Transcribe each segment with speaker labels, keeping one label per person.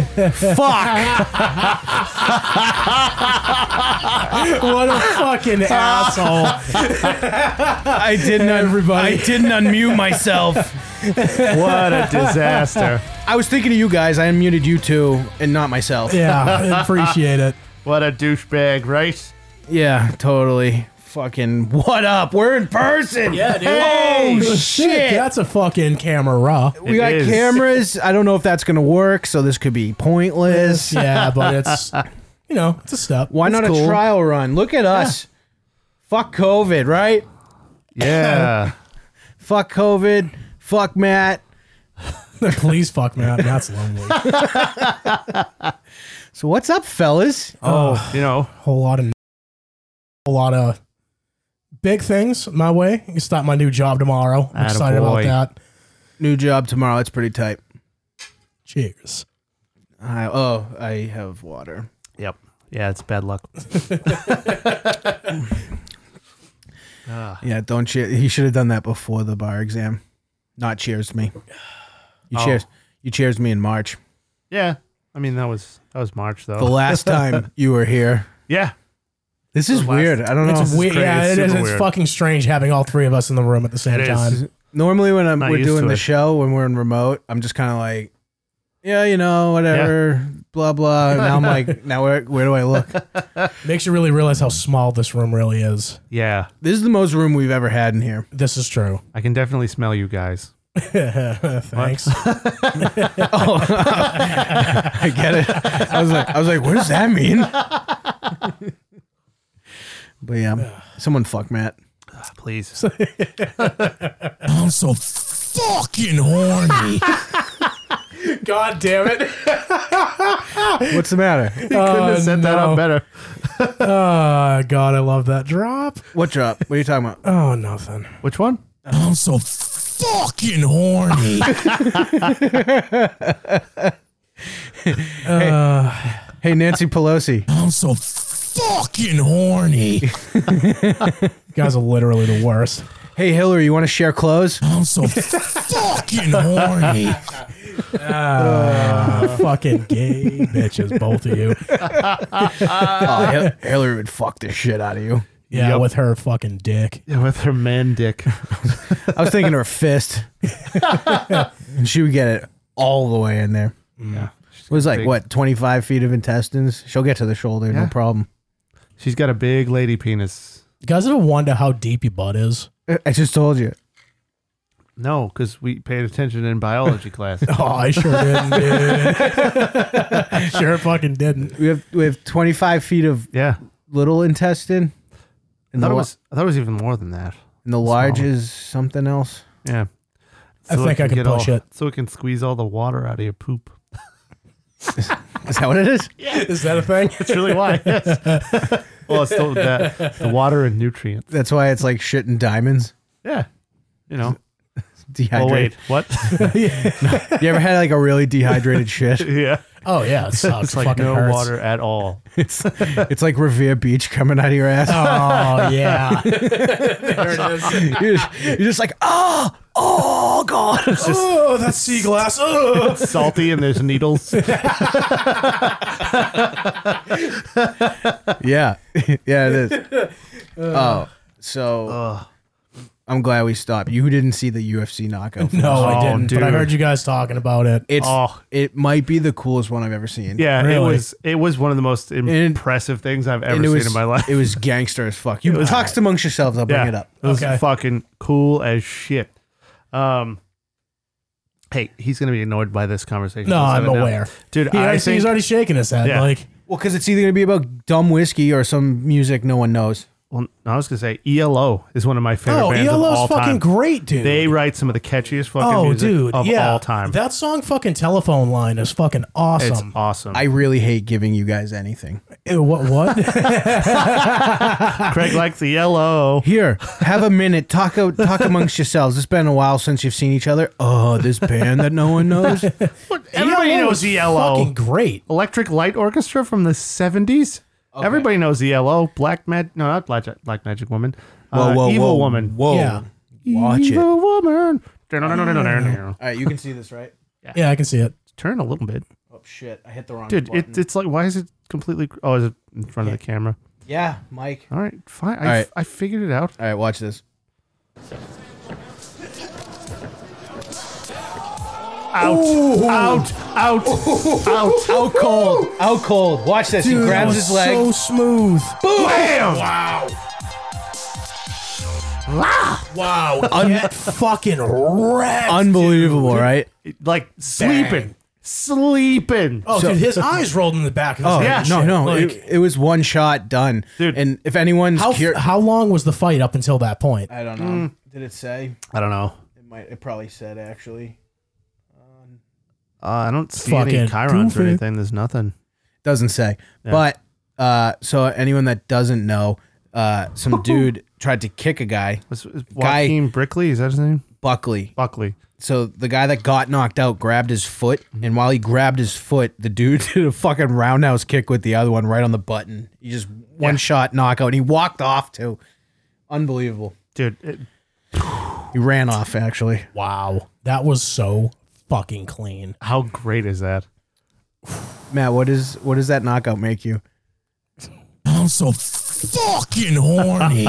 Speaker 1: fuck.
Speaker 2: What a fucking asshole.
Speaker 1: I didn't. Un-
Speaker 2: Everybody.
Speaker 1: I didn't unmute myself.
Speaker 3: What a disaster.
Speaker 1: I was thinking of you guys. I unmuted you two and not myself.
Speaker 2: Yeah, appreciate it.
Speaker 3: What a douchebag, right?
Speaker 1: Yeah, totally. Fucking what up? We're in person. Yeah, dude. Oh
Speaker 2: Shit,
Speaker 1: shit.
Speaker 2: that's a fucking camera.
Speaker 1: we
Speaker 3: It
Speaker 1: got
Speaker 3: is.
Speaker 1: cameras. I don't know if that's gonna work, so this could be pointless.
Speaker 2: yeah, but it's you know it's a step.
Speaker 1: Why
Speaker 2: It's
Speaker 1: not
Speaker 2: cool.
Speaker 1: a trial run? Look at us. Fuck COVID, right?
Speaker 3: Yeah.
Speaker 1: Fuck COVID. Fuck Matt.
Speaker 2: Please fuck me up. That's lonely.
Speaker 1: So what's up, fellas?
Speaker 3: oh, you know,
Speaker 2: whole lot of whole lot of big things my way. You start my new job tomorrow. I'm excited
Speaker 3: Attaboy.
Speaker 2: about that.
Speaker 1: New job tomorrow. It's pretty tight.
Speaker 2: Cheers.
Speaker 1: I, oh, I have water.
Speaker 3: Yep. Yeah, it's bad luck.
Speaker 1: Yeah, don't cheer. He should have done that before the bar exam. Not cheers me. You
Speaker 3: Oh.
Speaker 1: cheers. You cheers me in March.
Speaker 3: Yeah. I mean, that was that was March though.
Speaker 1: The last time you were here.
Speaker 3: yeah.
Speaker 1: This is
Speaker 3: last-
Speaker 1: weird. I don't know.
Speaker 2: It's weird.
Speaker 3: crazy.
Speaker 2: Yeah,
Speaker 3: It's
Speaker 2: it is.
Speaker 3: super
Speaker 2: It's
Speaker 3: weird.
Speaker 2: fucking strange having all three of us in the room at the same
Speaker 3: It
Speaker 2: time.
Speaker 3: is.
Speaker 1: Normally, when I'm
Speaker 3: Not
Speaker 1: we're
Speaker 3: used
Speaker 1: doing
Speaker 3: to
Speaker 1: the
Speaker 3: it.
Speaker 1: show, when we're in remote, I'm just kind of like, yeah, you know, whatever, blah blah. And now I'm like, now where where do I look?
Speaker 2: Makes you really realize how small this room really is.
Speaker 3: Yeah.
Speaker 1: This is the most room we've ever had in here.
Speaker 2: This is true.
Speaker 3: I can definitely smell you guys.
Speaker 2: Thanks.
Speaker 3: Oh.
Speaker 1: I get it. I was like, I was like, what does that mean? but yeah, someone fuck Matt.
Speaker 3: Please.
Speaker 2: I'm so fucking horny. God damn it.
Speaker 1: What's the matter?
Speaker 3: Couldn't
Speaker 2: Uh,
Speaker 3: have set that
Speaker 2: no.
Speaker 3: up better.
Speaker 2: Oh, God, I love that drop.
Speaker 1: What drop? What are you talking about?
Speaker 2: Oh, nothing.
Speaker 3: Which one?
Speaker 2: I'm so fucking horny.
Speaker 1: Hey, Nancy Pelosi.
Speaker 2: Ah, I'm so fucking horny. you guys are literally the worst.
Speaker 1: Hey, Hillary, you want to share clothes?
Speaker 2: I'm so fucking horny. Ah, fucking gay bitches, both of you.
Speaker 1: Oh, Hil- Hillary would fuck the shit out of you.
Speaker 2: Yeah,
Speaker 3: Yep.
Speaker 2: with her fucking dick.
Speaker 3: Yeah, with her man dick.
Speaker 1: I was thinking her fist, and she would get it all the way in there.
Speaker 3: yeah. She's
Speaker 1: It was
Speaker 3: got
Speaker 1: like
Speaker 3: big-
Speaker 1: what twenty five feet of intestines. She'll get to the shoulder, no
Speaker 3: Yeah.
Speaker 1: problem.
Speaker 3: She's got a big lady penis.
Speaker 2: You guys ever wonder how deep your butt is?
Speaker 1: I- I just told you.
Speaker 3: No, because we paid attention in biology class.
Speaker 2: Oh, I sure didn't, dude. sure fucking didn't.
Speaker 1: We have we have twenty five feet of
Speaker 3: Yeah.
Speaker 1: little intestine,
Speaker 3: I
Speaker 1: and
Speaker 3: thought
Speaker 1: the,
Speaker 3: it
Speaker 1: la-
Speaker 3: was I thought it was even more than that.
Speaker 1: and the large
Speaker 3: smaller.
Speaker 1: is something else.
Speaker 3: Yeah.
Speaker 2: I think I
Speaker 3: can
Speaker 2: can
Speaker 3: get
Speaker 2: push
Speaker 3: all,
Speaker 2: it.
Speaker 3: So it can squeeze all the water out of your poop.
Speaker 1: Is that what it is?
Speaker 2: Is that a thing?
Speaker 3: That's really why. yes. well, it's still that the water and nutrients.
Speaker 1: That's why it's like shit and diamonds.
Speaker 3: Yeah. You know. Oh wait,
Speaker 1: Dehydrated.
Speaker 3: what?
Speaker 1: you ever had like a really dehydrated shit?
Speaker 3: yeah.
Speaker 2: Oh yeah, it sucks.
Speaker 3: It's like
Speaker 2: fucking
Speaker 3: no
Speaker 2: hurts.
Speaker 3: water at all.
Speaker 1: It's, it's like Revere Beach coming out of your ass.
Speaker 2: Oh yeah. there it is.
Speaker 1: You're, just, you're just like, oh, oh god.
Speaker 2: oh, that's sea glass. Oh.
Speaker 3: It's salty and there's needles.
Speaker 1: yeah, yeah, it is.
Speaker 3: Uh.
Speaker 1: oh, so I'm glad we stopped. You didn't see the UFC knockout.
Speaker 2: No,
Speaker 3: Oh,
Speaker 2: I didn't. But I
Speaker 3: dude.
Speaker 2: heard you guys talking about it.
Speaker 1: It's
Speaker 3: Oh.
Speaker 1: it might be the coolest one I've ever seen.
Speaker 3: Yeah, it
Speaker 2: Really?
Speaker 3: was it was one of the most impressive things I've ever
Speaker 1: and it
Speaker 3: seen
Speaker 1: was
Speaker 3: in my life.
Speaker 1: it was gangster as fuck. You
Speaker 3: was-
Speaker 1: talks amongst yourselves. I'll bring
Speaker 3: yeah,
Speaker 1: it up.
Speaker 3: It was
Speaker 2: Okay.
Speaker 3: fucking cool as shit. Um, hey, he's gonna be annoyed by this conversation.
Speaker 2: No,
Speaker 3: Let's have
Speaker 2: I'm
Speaker 3: it now.
Speaker 2: aware.
Speaker 3: dude.
Speaker 2: He,
Speaker 3: I
Speaker 2: already-
Speaker 3: think
Speaker 2: he's already shaking his head.
Speaker 3: Yeah.
Speaker 2: Like,
Speaker 1: Well, because it's either gonna be about dumb whiskey or some music no one knows.
Speaker 3: well, I was gonna say ELO is one of my favorite
Speaker 2: oh,
Speaker 3: bands of
Speaker 2: ELO's
Speaker 3: all
Speaker 2: fucking
Speaker 3: time.
Speaker 2: great, dude.
Speaker 3: They write some of the catchiest fucking
Speaker 2: oh,
Speaker 3: music
Speaker 2: dude,
Speaker 3: of
Speaker 2: yeah.
Speaker 3: all time.
Speaker 2: That song, fucking telephone line, is fucking
Speaker 3: it's
Speaker 2: awesome.
Speaker 3: awesome.
Speaker 1: I really hate giving you guys anything.
Speaker 2: Ew, what? What?
Speaker 3: Craig likes the yellow.
Speaker 1: Here, have a minute. Talk out, talk amongst yourselves. It's been a while since you've seen each other. Oh, this band that no one knows.
Speaker 3: Everybody
Speaker 2: ELO
Speaker 3: knows E
Speaker 2: is
Speaker 3: yellow.
Speaker 2: E Fucking great.
Speaker 3: Electric Light Orchestra from the seventies. Everybody knows ELO. Black Mag, no, not Black, Black Magic Woman. uh, Evil Woman.
Speaker 1: Whoa.
Speaker 2: Yeah.
Speaker 1: Watch it.
Speaker 3: Evil Woman.
Speaker 1: All right, you can see this, right?
Speaker 2: Yeah, I can see it.
Speaker 3: Turn a little bit.
Speaker 1: Oh, shit! I hit the wrong
Speaker 3: Dude,
Speaker 1: button.
Speaker 3: it, it's like, why is it completely? gr- Oh, is it in front of the camera?
Speaker 1: yeah, Mike.
Speaker 3: All right, fine.
Speaker 1: All
Speaker 3: I,
Speaker 1: right.
Speaker 3: I figured it out.
Speaker 1: All right, watch this.
Speaker 3: Out, out, out, out.
Speaker 1: Out cold. Oh, Out cold. Watch this.
Speaker 2: Dude,
Speaker 1: he
Speaker 2: that
Speaker 1: grabs
Speaker 2: was
Speaker 1: his leg.
Speaker 2: so smooth.
Speaker 3: Bam! Wow.
Speaker 2: Wow, get fucking wrecked.
Speaker 1: Unbelievable, right?
Speaker 3: Like sleeping, sleeping.
Speaker 2: oh, dude, his eyes rolled in the back. Of his head
Speaker 3: yeah.
Speaker 2: and
Speaker 1: Oh, No,
Speaker 2: shit.
Speaker 1: no.
Speaker 2: Like,
Speaker 1: it, it was one shot done.
Speaker 3: Dude.
Speaker 1: And if anyone's
Speaker 2: how
Speaker 1: cur-
Speaker 2: how long was the fight up until that point?
Speaker 1: I don't know. Did it say?
Speaker 3: I don't know.
Speaker 1: It might. It probably said actually.
Speaker 3: Uh, I don't see
Speaker 2: Fucking
Speaker 3: any chirons or
Speaker 2: goofy.
Speaker 3: anything. There's nothing.
Speaker 1: Doesn't say. But uh, so anyone that doesn't know, uh, some dude tried to kick a guy,
Speaker 3: Was, is
Speaker 1: Guy-
Speaker 3: Joaquin Brickley? Is that his name?
Speaker 1: Buckley.
Speaker 3: Buckley.
Speaker 1: So the guy that got knocked out grabbed his foot, and while he grabbed his foot, the dude did a fucking roundhouse kick with the other one right on the button. He just one shot knockout, and he walked off too. Unbelievable.
Speaker 3: Dude, it,
Speaker 1: He ran off actually.
Speaker 2: Wow, that was so fucking clean.
Speaker 3: how great is that?
Speaker 1: Matt, what is what does that knockout make you?
Speaker 2: I'm so fucking horny.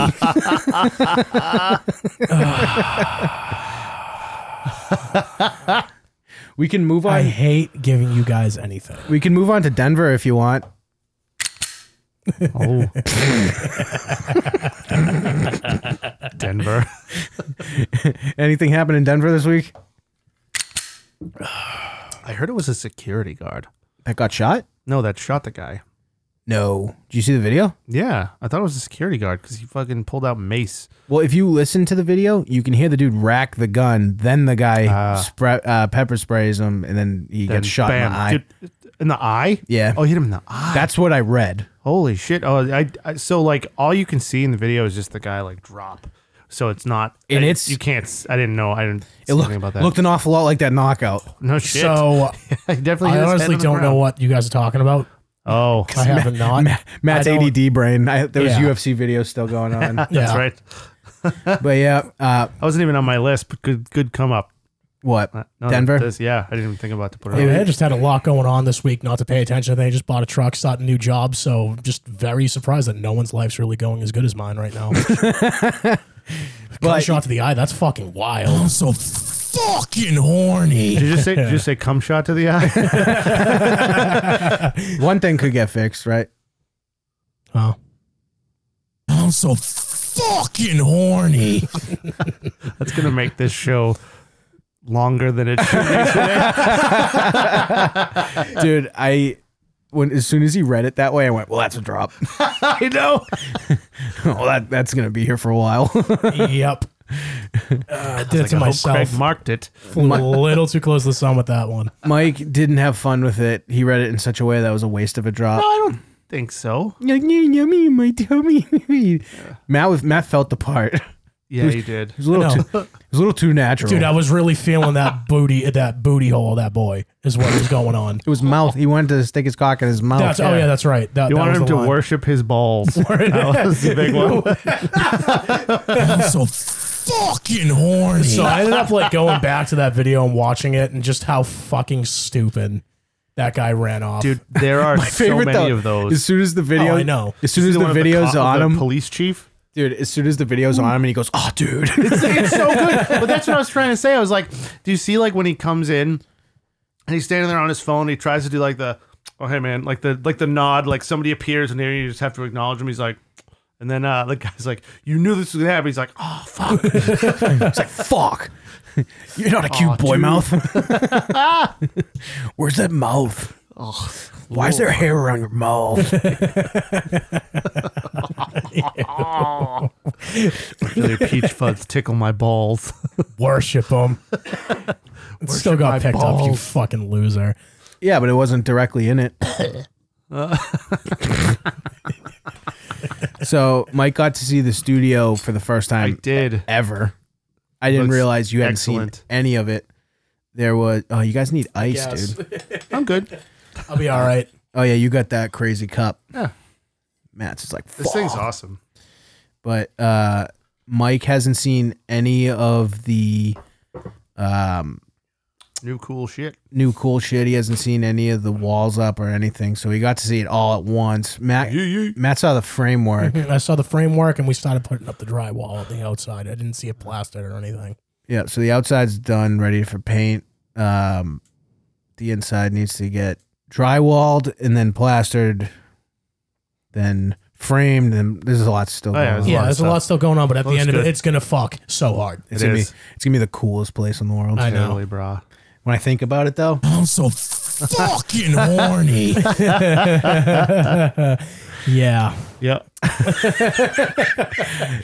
Speaker 1: We can move
Speaker 2: I
Speaker 1: on.
Speaker 2: hate giving you guys anything.
Speaker 1: We can move on to Denver if you want.
Speaker 3: Oh. Denver.
Speaker 1: Anything happen in Denver this week?
Speaker 3: I heard it was a security guard.
Speaker 1: That got shot?
Speaker 3: No, that shot the guy.
Speaker 1: No. Did you see the video?
Speaker 3: Yeah, I thought it was a security guard because he fucking pulled out mace.
Speaker 1: Well, if you listen to the video, you can hear the dude rack the gun. Then the guy
Speaker 3: Ah.
Speaker 1: spra- uh, pepper sprays him, and then he
Speaker 3: Then
Speaker 1: gets shot in
Speaker 3: bam.
Speaker 1: the eye.
Speaker 3: Dude, in the eye?
Speaker 1: Yeah.
Speaker 3: Oh, he hit him in the eye.
Speaker 1: That's what I read.
Speaker 3: Holy shit! Oh, I, I so like all you can see in the video is just the guy like drop. So it's not,
Speaker 1: And
Speaker 3: I-
Speaker 1: it's-
Speaker 3: you can't. s- I didn't know. I didn't.
Speaker 1: It
Speaker 3: It
Speaker 1: looked,
Speaker 3: looked about that.
Speaker 1: looked an awful lot like that knockout.
Speaker 3: no shit.
Speaker 2: So
Speaker 3: I
Speaker 2: I
Speaker 3: definitely. hit his head
Speaker 2: honestly
Speaker 3: on the
Speaker 2: don't know
Speaker 3: ground.
Speaker 2: what you guys are talking about.
Speaker 3: Oh,
Speaker 2: I have not.
Speaker 1: Matt's
Speaker 2: I don't-
Speaker 1: ADD brain. I, there was
Speaker 2: Yeah.
Speaker 1: UFC video still going on,
Speaker 2: Yeah.
Speaker 3: that's right.
Speaker 1: but yeah. Uh,
Speaker 3: I wasn't even on my list, but good, good come up.
Speaker 1: what
Speaker 3: Uh, no,
Speaker 1: Denver?
Speaker 3: this- yeah, I didn't even think about to put it.
Speaker 2: Dude,
Speaker 3: on.
Speaker 2: I just had a lot going on this week not to pay attention. They just bought a truck, started a new job. So just very surprised that no one's life's really going as good as mine right now. Cut
Speaker 1: But-
Speaker 2: shot to the eye. That's fucking wild. I'm so fucking horny.
Speaker 3: Did you just say? Did you just say cum shot to the eye?
Speaker 1: one thing could get fixed, right?
Speaker 2: Oh. I'm so fucking horny.
Speaker 3: That's gonna make this show longer than it should. be.
Speaker 1: dude i when as soon as he read it that way i went well that's a drop
Speaker 3: I know.
Speaker 1: well that, that's gonna be here for a while
Speaker 2: yep. Uh, I did it to
Speaker 3: I hope
Speaker 2: myself.
Speaker 3: Craig marked it.
Speaker 2: Flew Oh. a little too close to the sun with that one.
Speaker 1: mike didn't have fun with it he read it in such a way that was a waste of a drop
Speaker 3: I don't think so.
Speaker 1: Like, "Yeah, yummy my tummy matt with matt felt the part it
Speaker 3: Yeah, he did.
Speaker 1: was a
Speaker 2: No.
Speaker 1: little too, it was a little too natural
Speaker 2: Dude, I was really feeling that booty, that booty hole, that boy is what was going on.
Speaker 1: it was mouth he wanted to stick his cock in his mouth
Speaker 2: That's, oh yeah, that's right. That,
Speaker 3: You
Speaker 2: that
Speaker 3: wanted
Speaker 2: was
Speaker 3: him
Speaker 2: the
Speaker 3: to
Speaker 2: line.
Speaker 3: worship his balls. that was the big one.
Speaker 2: so fucking horny. So I ended up like going back to that video and watching it, and just how fucking stupid that guy ran off.
Speaker 3: dude. There are so many
Speaker 1: though,
Speaker 3: of those.
Speaker 1: As soon as the video,
Speaker 2: Oh, I know.
Speaker 1: As soon as
Speaker 3: You see
Speaker 1: the,
Speaker 3: one of
Speaker 1: video's
Speaker 3: co-
Speaker 1: on
Speaker 3: the
Speaker 1: him,
Speaker 3: police chief.
Speaker 1: dude. As soon as the video's on him, and he goes, "Oh, dude."
Speaker 3: It's so good, but that's what I was trying to say. I was like, do you see like when he comes in and he's standing there on his phone? He tries to do like the, oh hey man, like the like the nod, like somebody appears and there you just have to acknowledge him. He's like. And then uh, the guy's like, "You knew this was gonna happen." He's like, "Oh fuck!"
Speaker 1: It's like, fuck. You're not a cute
Speaker 3: Aw,
Speaker 1: boy
Speaker 3: dude.
Speaker 1: mouth. Where's that mouth? Why is there hair around your mouth?
Speaker 3: Really, peach fuzz tickle my balls.
Speaker 2: worship him. Still got picked up, you
Speaker 3: balls.
Speaker 2: fucking loser.
Speaker 1: yeah, but it wasn't directly in it. so Mike got to see the studio for the first
Speaker 3: I
Speaker 1: time
Speaker 3: did.
Speaker 1: ever. I didn't
Speaker 3: Looks
Speaker 1: realize you hadn't
Speaker 3: excellent.
Speaker 1: seen any of it. There was oh, you guys need ice,
Speaker 2: Yes.
Speaker 1: dude.
Speaker 3: I'm good.
Speaker 2: I'll be all right.
Speaker 1: Oh yeah, you got that crazy cup.
Speaker 3: Yeah.
Speaker 1: Matt's just like
Speaker 3: This thing's
Speaker 1: "Fuck."
Speaker 3: awesome.
Speaker 1: but uh, Mike hasn't seen any of the um,
Speaker 3: New cool shit.
Speaker 1: new cool shit. He hasn't seen any of the walls up or anything, so he got to see it all at once. Matt, Matt saw the framework.
Speaker 2: I saw the framework and we started putting up the drywall on the outside. I didn't see it plastered or anything.
Speaker 1: yeah, so the outside's done, ready for paint. Um, the inside needs to get drywalled and then plastered, then framed. And there's a lot still.
Speaker 3: Oh, yeah,
Speaker 1: going
Speaker 3: there's
Speaker 1: on.
Speaker 3: lot
Speaker 2: Yeah,
Speaker 3: of
Speaker 2: there's a
Speaker 3: stuff.
Speaker 2: lot still going on, but at the
Speaker 3: Looks
Speaker 2: end of
Speaker 3: good.
Speaker 2: it, it's gonna fuck so hard.
Speaker 1: It's
Speaker 3: It
Speaker 1: gonna
Speaker 3: is.
Speaker 1: be it's gonna be the coolest place in the world.
Speaker 2: I know.
Speaker 3: Totally, brah.
Speaker 1: When I think about it, though,
Speaker 2: I'm so fucking horny. yeah.
Speaker 3: Yep.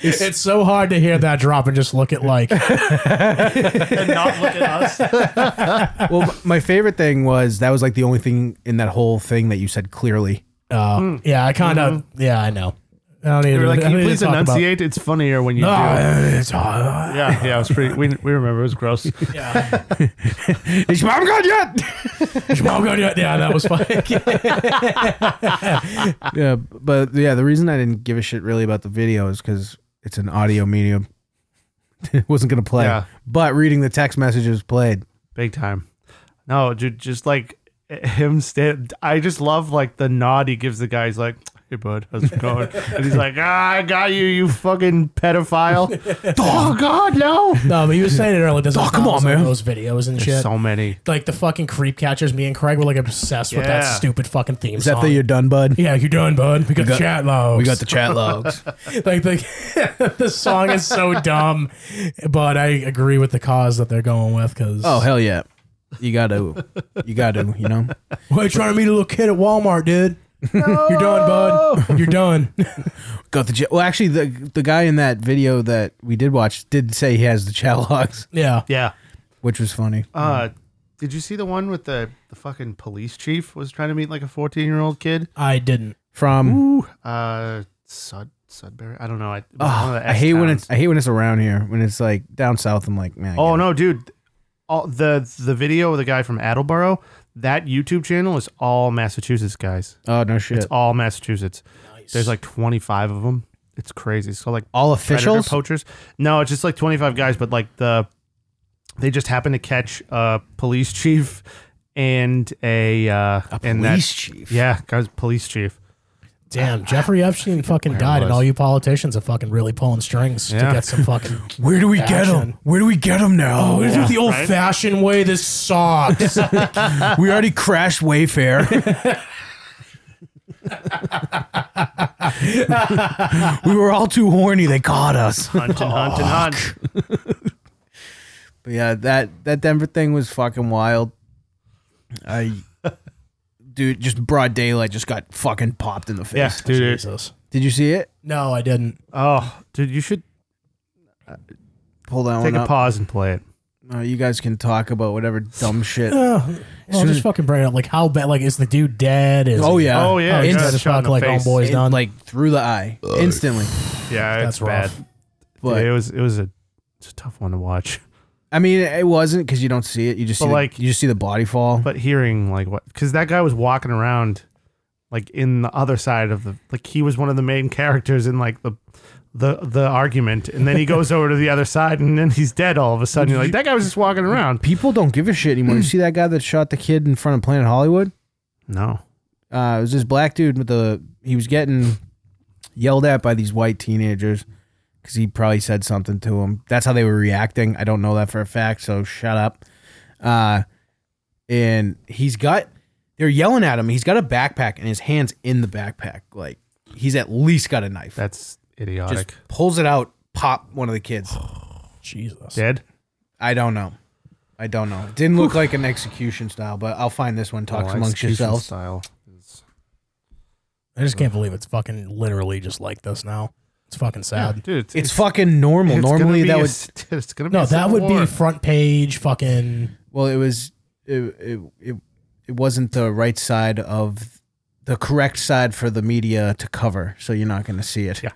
Speaker 2: It's, so hard to hear that drop and just look at like
Speaker 3: and not look at us.
Speaker 1: well, m- my favorite thing was that was like the only thing in that whole thing that you said clearly.
Speaker 2: uh, yeah, I kind of yeah, I know. I don't need
Speaker 3: We
Speaker 2: to
Speaker 3: were like,
Speaker 2: I don't
Speaker 3: can you
Speaker 2: need to
Speaker 3: please
Speaker 2: talk about-
Speaker 3: enunciate? It's funnier when you
Speaker 2: No,
Speaker 3: do.
Speaker 2: it's hard.
Speaker 3: Yeah, yeah, it was pretty. We, we remember it was gross.
Speaker 1: Is your mom gone yet?
Speaker 2: Jamal go do it. Yeah, that was fun.
Speaker 1: Yeah, but yeah, the reason I didn't give a shit really about the video is because it's an audio medium. it wasn't gonna play.
Speaker 3: Yeah.
Speaker 1: But reading the text messages played.
Speaker 3: Big time. No, dude, just like him stand. I just love like the nod he gives the guy. He's like, "Hey, bud, how's it going?" and he's like, "Ah, I got you, you fucking pedophile." oh God, no.
Speaker 2: no, but you were saying it earlier. There's like
Speaker 1: come on,
Speaker 2: thousands of
Speaker 1: man.
Speaker 2: Those videos and shit.
Speaker 3: So many.
Speaker 2: like the fucking creep catchers. Me and Craig were like obsessed with that
Speaker 3: Yeah.
Speaker 2: stupid fucking theme
Speaker 1: Is that
Speaker 2: song.
Speaker 1: the you're done, bud?
Speaker 2: yeah, you're done, bud. We got, the
Speaker 1: got-
Speaker 2: chat logs.
Speaker 1: We got the chat logs.
Speaker 2: like the the song is so dumb, but I agree with the cause that they're going with. Because
Speaker 1: oh hell yeah. You gotta you gotta, you know.
Speaker 2: why you trying to meet a little kid at Walmart, dude? You're done, bud. You're done.
Speaker 1: Got the chat well actually the the guy in that video that we did watch did say he has the chat logs,
Speaker 2: yeah.
Speaker 3: Yeah.
Speaker 1: which was funny.
Speaker 3: Uh, did you see the one with the the fucking police chief was trying to meet like a fourteen year old kid?
Speaker 2: I didn't.
Speaker 1: From
Speaker 3: Ooh. Uh, Sud Sudbury. I don't know. I, one
Speaker 1: Ugh,
Speaker 3: of the
Speaker 1: Ah, I hate when
Speaker 3: X-towns.
Speaker 1: it's I hate when it's around here. When it's like down south, I'm like, man. I
Speaker 3: Oh
Speaker 1: get
Speaker 3: no, dude! All the the video of the guy from Attleboro, that YouTube channel is all Massachusetts guys.
Speaker 1: it. oh no shit.
Speaker 3: It's all Massachusetts.
Speaker 2: Nice.
Speaker 3: There's like 25 of them. It's crazy. So like
Speaker 1: All
Speaker 3: predator
Speaker 1: officials.
Speaker 3: poachers. No, it's just like 25 guys, but like the they just happen to catch a police chief and a uh and that-
Speaker 1: chief.
Speaker 3: Yeah, guys, police chief.
Speaker 2: Damn, Jeffrey Epstein fucking
Speaker 3: it
Speaker 2: died, and
Speaker 3: was.
Speaker 2: all you politicians are fucking really pulling strings to
Speaker 3: Yeah.
Speaker 2: get some fucking.
Speaker 1: Where do we
Speaker 2: get 'em?
Speaker 1: Where do we get them now?
Speaker 2: Oh, the old-fashioned way. This sucks.
Speaker 1: we already crashed Wayfair. we were all too horny. They caught us.
Speaker 3: Hunt and hunt and hunt.
Speaker 1: But yeah, that that Denver thing was fucking wild. I, dude, just broad daylight just got fucking popped in the
Speaker 3: Yeah,
Speaker 1: face.
Speaker 3: dude.
Speaker 2: Jesus.
Speaker 1: Did you see it?
Speaker 2: No, I didn't.
Speaker 3: Oh, dude, you should
Speaker 1: Pull that
Speaker 3: take
Speaker 1: one
Speaker 3: a
Speaker 1: up.
Speaker 3: pause and play it.
Speaker 1: Uh, you guys can talk about whatever dumb shit.
Speaker 2: Uh, Well, just fucking bring it up. Like, how bad? Like, is the dude dead? Is
Speaker 1: Oh yeah.
Speaker 3: Oh yeah,
Speaker 2: Oh,
Speaker 3: he
Speaker 1: Inst-
Speaker 2: trying
Speaker 3: got
Speaker 2: to
Speaker 3: shot in
Speaker 2: fuck
Speaker 3: the
Speaker 2: like
Speaker 3: face.
Speaker 2: homeboy. He's
Speaker 1: in-
Speaker 2: done.
Speaker 1: like through the eye instantly.
Speaker 3: Yeah,
Speaker 2: That's
Speaker 3: it's
Speaker 2: rough.
Speaker 3: bad.
Speaker 1: But
Speaker 3: it was it was a it's a tough one to watch.
Speaker 1: I mean, it wasn't because you don't see it. You just see
Speaker 3: But,
Speaker 1: the,
Speaker 3: like-
Speaker 1: you just see the body fall.
Speaker 3: But hearing like what because that guy was walking around like in the other side of the like he was one of the main characters in like the the the argument and then he goes over to the other side and then he's dead all of a sudden. You're like that guy was just walking around.
Speaker 1: People don't give a shit anymore. you see that guy that shot the kid in front of Planet Hollywood?
Speaker 3: No.
Speaker 1: Uh, it was this black dude with the he was getting yelled at by these white teenagers because he probably said something to him. That's how they were reacting. I don't know that for a fact, so shut up. Uh, and he's got they're yelling at him. He's got a backpack and his hands in the backpack. Like he's at least got a knife.
Speaker 3: That's idiotic.
Speaker 1: just pulls it out, pop one of the kids.
Speaker 2: Jesus.
Speaker 3: dead?
Speaker 1: I don't know. I don't know. It didn't look like an execution style, but I'll find this one. Talks
Speaker 3: Oh,
Speaker 1: amongst
Speaker 3: execution
Speaker 1: yourselves.
Speaker 3: Style.
Speaker 2: I just can't believe it's fucking literally just like this now. It's fucking sad.
Speaker 3: Dude, it's,
Speaker 1: It's fucking normal.
Speaker 3: it's gonna
Speaker 1: Normally
Speaker 3: be
Speaker 1: that
Speaker 3: a
Speaker 1: would
Speaker 3: st- it's gonna be
Speaker 2: No,
Speaker 3: a
Speaker 2: that
Speaker 3: civil
Speaker 2: would
Speaker 3: war.
Speaker 2: be front page fucking.
Speaker 1: well, it was it, it it it wasn't the right side of the correct side for the media to cover, so you're not going to see it.
Speaker 3: Yeah.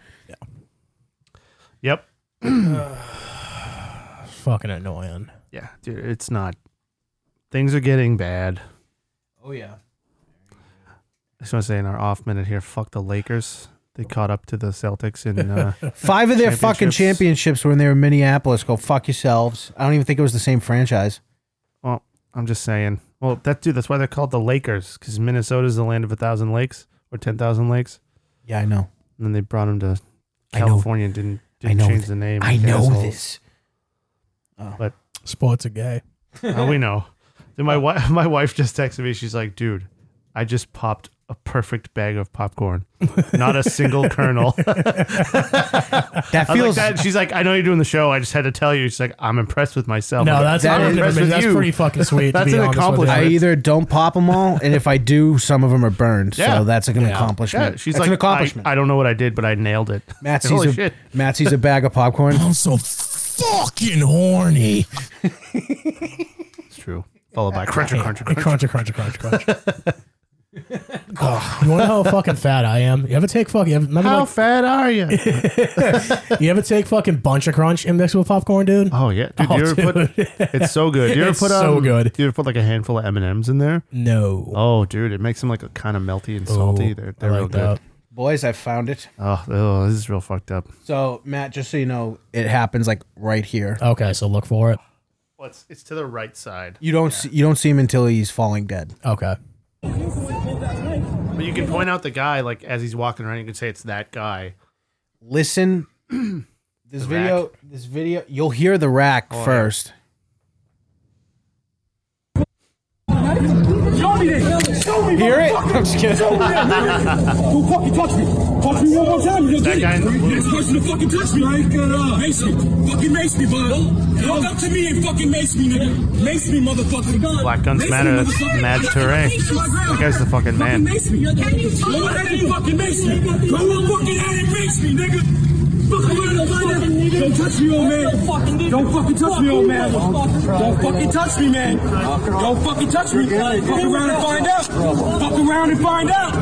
Speaker 3: Yep.
Speaker 2: Fucking annoying.
Speaker 3: Yeah, dude, it's not. Things are getting bad.
Speaker 1: Oh yeah.
Speaker 3: I just want to say in our off minute here, fuck the Lakers. They caught up to the Celtics in uh,
Speaker 1: Five of their fucking
Speaker 3: Championships.
Speaker 1: championships were when they were in Minneapolis. Go fuck yourselves. I don't even think it was the same franchise.
Speaker 3: well, I'm just saying. Well, that dude, that's why they're called the Lakers, because Minnesota is the land of a thousand lakes or ten thousand lakes.
Speaker 1: Yeah, I know.
Speaker 3: And then they brought him to
Speaker 1: I know.
Speaker 3: California and didn't,
Speaker 1: I
Speaker 3: didn't
Speaker 1: know.
Speaker 3: change
Speaker 1: th-
Speaker 3: the name.
Speaker 1: I know
Speaker 3: Assholes.
Speaker 1: this.
Speaker 2: Sports are gay.
Speaker 3: How we know? Then my wife, my wife just texted me. She's like, "Dude, I just popped a perfect bag of popcorn, not a single kernel." I
Speaker 1: That
Speaker 3: was like,
Speaker 1: feels
Speaker 3: that. She's like, "I know you're doing the show. I just had to tell you." She's like, "I'm impressed with myself."
Speaker 2: No,
Speaker 3: I'm like,
Speaker 2: that's
Speaker 1: That
Speaker 2: I'm
Speaker 1: is-
Speaker 2: impressed with that's
Speaker 3: you.
Speaker 2: pretty fucking sweet.
Speaker 3: That's
Speaker 2: to be
Speaker 3: an
Speaker 2: honest with you.
Speaker 3: accomplishment.
Speaker 1: I either don't pop them all, and if I do, some of them are burned.
Speaker 3: Yeah.
Speaker 1: So that's like an accomplishment.
Speaker 3: yeah. She's
Speaker 1: that's
Speaker 3: like,
Speaker 1: an
Speaker 3: "I-
Speaker 1: accomplishment.
Speaker 3: I, don't know what I did, but I nailed it."
Speaker 1: Matt sees
Speaker 3: Holy
Speaker 1: a
Speaker 3: shit.
Speaker 1: Matt sees a bag of popcorn.
Speaker 2: I'm so fucking horny.
Speaker 3: It's true. Followed by cruncher, cruncher, cruncher.
Speaker 2: Crunch, crunch, crunch, crunch. oh, you want to know how fucking fat I am? You ever take fucking? You ever, remember
Speaker 3: How fat are you?
Speaker 2: like, you ever take fucking bunch of crunch and mix with popcorn, dude?
Speaker 3: Oh yeah, dude.
Speaker 2: Oh,
Speaker 3: you ever put?
Speaker 2: dude.
Speaker 3: It's so good. You ever
Speaker 2: It's
Speaker 3: put?
Speaker 2: so
Speaker 3: um,
Speaker 2: good.
Speaker 3: You ever put like a handful of M and M's in there?
Speaker 2: No,
Speaker 3: Oh, dude, it makes them like kind of melty and salty. they're they're
Speaker 2: I like
Speaker 3: real good.
Speaker 2: that.
Speaker 1: Boys, I found it.
Speaker 3: Oh, oh, this is real fucked up.
Speaker 1: So Matt, just so you know, it happens like right here.
Speaker 2: Okay, so look for it.
Speaker 3: Well, it's, it's to the right side.
Speaker 1: You don't see, you don't see him until he's falling dead.
Speaker 2: Okay.
Speaker 3: But you can point out the guy, like, as he's walking around, you can say it's that guy.
Speaker 1: Listen, this
Speaker 3: The rack. Oh,
Speaker 1: video, this video, you'll hear the rack first.
Speaker 4: Show me this. Show me.
Speaker 1: Hear it?
Speaker 4: motherfucker.
Speaker 1: I'm just kidding.
Speaker 4: Show me that, nigga. Don't fucking touch me. Touch me one more time. You'll
Speaker 3: That
Speaker 4: get
Speaker 3: guy in the
Speaker 4: it.
Speaker 3: blue.
Speaker 4: Next person to fucking touch me, I ain't gonna mace me. Fucking mace me, bud. Walk up to me and fucking mace me, nigga. Mace me, motherfucker.
Speaker 3: Black Guns
Speaker 4: Mace me,
Speaker 3: Matter, that's
Speaker 4: motherfucker.
Speaker 3: Mad Touré. That guy's the fucking man.
Speaker 4: Fucking mace me. Go ahead and fucking mace me. Go fucking ahead and mace me, nigga. Fucking run up on it. Don't touch me, old man. Don't fucking touch me, old man. Don't fucking touch me, man. Don't fucking touch me. Fuck around and find out. Fuck around and find out.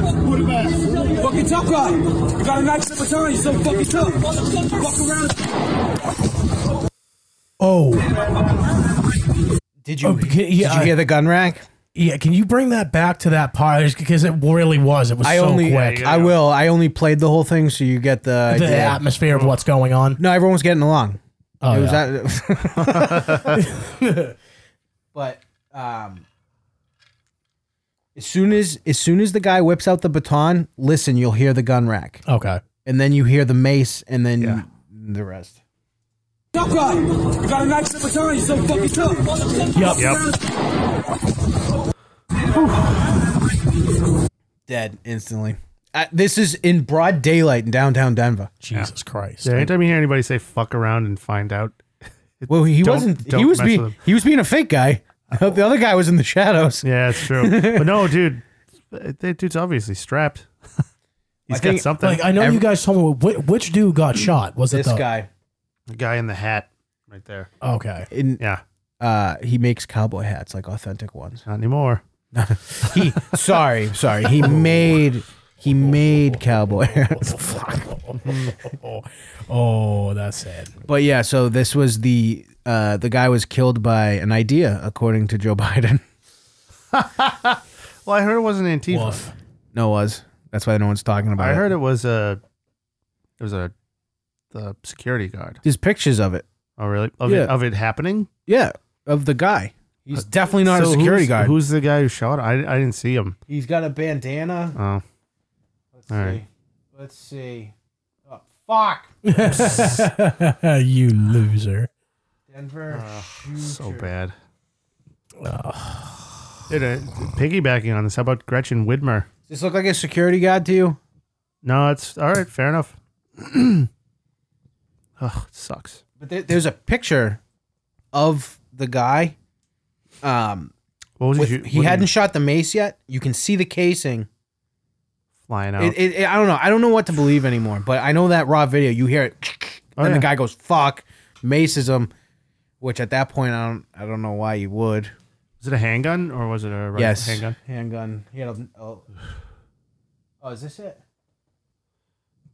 Speaker 4: Fucking tough guy. You got a nice of time. You're so fucking tough. Fuck around. and-
Speaker 2: Oh,
Speaker 1: Did you?
Speaker 2: Oh, yeah,
Speaker 1: did you
Speaker 2: I-
Speaker 1: hear the gun rack?
Speaker 2: yeah. Can you bring that back to that part? Because it really was. It was
Speaker 1: I
Speaker 2: so
Speaker 1: only,
Speaker 2: quick.
Speaker 1: I will. I only played the whole thing, so you get the,
Speaker 2: the
Speaker 1: idea.
Speaker 2: atmosphere of what's going on.
Speaker 1: No, everyone's getting along.
Speaker 2: Oh,
Speaker 1: it was
Speaker 2: yeah.
Speaker 1: that- but um, as soon as as soon as the guy whips out the baton, listen, you'll hear the gun rack,
Speaker 2: okay.
Speaker 1: and then you hear the mace, and then
Speaker 3: Yeah.
Speaker 1: the rest.
Speaker 4: Tough guy. You got a nice of time. You're so fucking tough. Fuck
Speaker 2: Yep.
Speaker 4: around and-
Speaker 1: Dead instantly. Uh, this is in broad daylight in downtown Denver.
Speaker 2: Jesus Christ.
Speaker 3: Yeah, anytime you hear anybody say fuck around and find out,
Speaker 1: Well, he
Speaker 3: Don't-
Speaker 1: wasn't. he
Speaker 3: don't
Speaker 1: was
Speaker 3: mess with
Speaker 1: being
Speaker 3: him.
Speaker 1: he was being a fake guy. The other guy was in the shadows.
Speaker 3: yeah, it's true. but no, dude, that dude's obviously strapped. He's
Speaker 1: think-
Speaker 3: got something.
Speaker 2: Like I know
Speaker 1: Every-
Speaker 2: you guys told me whi- which dude got shot. Was it
Speaker 1: This
Speaker 2: the
Speaker 1: guy,
Speaker 3: the guy in the hat right there.
Speaker 2: Okay.
Speaker 1: in
Speaker 3: Yeah,
Speaker 1: uh, he makes cowboy hats like authentic ones.
Speaker 3: not anymore.
Speaker 1: he sorry sorry he made he made cowboy hats
Speaker 2: Oh, that's sad.
Speaker 1: but yeah so this was the uh the guy was killed by an idea according to joe biden
Speaker 3: Well, I heard it wasn't Antifa.
Speaker 2: Woof.
Speaker 1: no was that's why no one's talking about
Speaker 3: I
Speaker 1: it
Speaker 3: heard it was a, it was a, the security guard.
Speaker 1: there's pictures of it
Speaker 3: Oh, really? Of,
Speaker 1: Yeah.
Speaker 3: it, of it happening?
Speaker 1: yeah of the guy he's definitely not
Speaker 3: So
Speaker 1: a security
Speaker 3: who's-
Speaker 1: guard
Speaker 3: Who's the guy who shot? I, I didn't see him.
Speaker 1: he's got a bandana
Speaker 3: Oh,
Speaker 1: let's
Speaker 3: all right.
Speaker 1: let's see oh, fuck
Speaker 2: uh, you loser.
Speaker 1: denver
Speaker 3: so bad. Dude, uh, piggybacking on this, how about Gretchen Widmer?
Speaker 1: does this look like a security guard to you
Speaker 3: No, it's all right. Fair enough. oh, it sucks.
Speaker 1: but there, there's a picture of the guy um
Speaker 3: What was
Speaker 1: with,
Speaker 3: he? shoot-
Speaker 1: he
Speaker 3: what did
Speaker 1: hadn't shot the mace yet. You can see the casing.
Speaker 3: flying out.
Speaker 1: It, it, it- I don't know. I don't know what to believe anymore. But I know that raw video. You hear it,
Speaker 3: Oh,
Speaker 1: and
Speaker 3: yeah.
Speaker 1: the guy goes "fuck," maces him. Which at that point, I don't. I don't know why you would.
Speaker 3: was it a handgun or was it a rifle
Speaker 1: yes,
Speaker 3: handgun?
Speaker 1: Handgun. He had a. Oh, oh, is this it?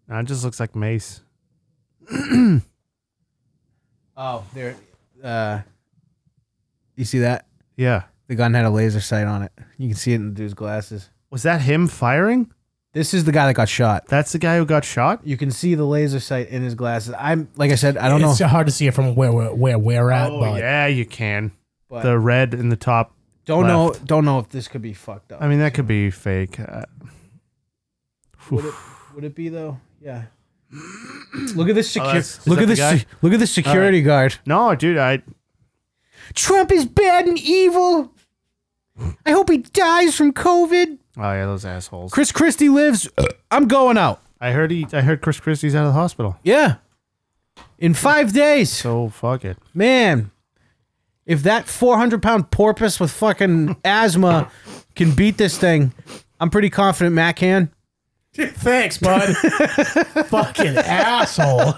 Speaker 3: No, it just looks like mace.
Speaker 1: Oh, there. Uh, you see that?
Speaker 3: Yeah.
Speaker 1: The gun had a laser sight on it. You can see it in the dude's glasses.
Speaker 3: Was that him firing?
Speaker 1: This is the guy that got shot.
Speaker 3: That's the guy who got shot.
Speaker 1: You can see the laser sight in his glasses. I'm like I said, I don't know.
Speaker 2: It's hard to see it from where we're, where we're at,
Speaker 3: Oh
Speaker 2: but
Speaker 3: yeah, you can.
Speaker 1: But-
Speaker 3: The red in the top
Speaker 1: Don't
Speaker 3: left.
Speaker 1: know. Don't know if this could be fucked up.
Speaker 3: I mean, that could be fake. Uh,
Speaker 1: would, it, would it be though? Yeah. Look at this security.
Speaker 3: that's- Oh, is
Speaker 1: look
Speaker 3: that
Speaker 1: at
Speaker 3: the
Speaker 1: this.
Speaker 3: guy?
Speaker 1: se- look at the security guard.
Speaker 3: no, dude, I
Speaker 1: Trump is bad and evil. I hope he dies from COVID.
Speaker 3: Oh yeah, those assholes.
Speaker 1: Chris Christie lives. I'm going out.
Speaker 3: I heard he. I heard Chris Christie's out of the hospital.
Speaker 1: Yeah. In five days.
Speaker 3: So fuck it.
Speaker 1: Man, if that 400 pound porpoise with fucking asthma can beat this thing, I'm pretty confident Matt can.
Speaker 2: Thanks, bud. Fucking asshole.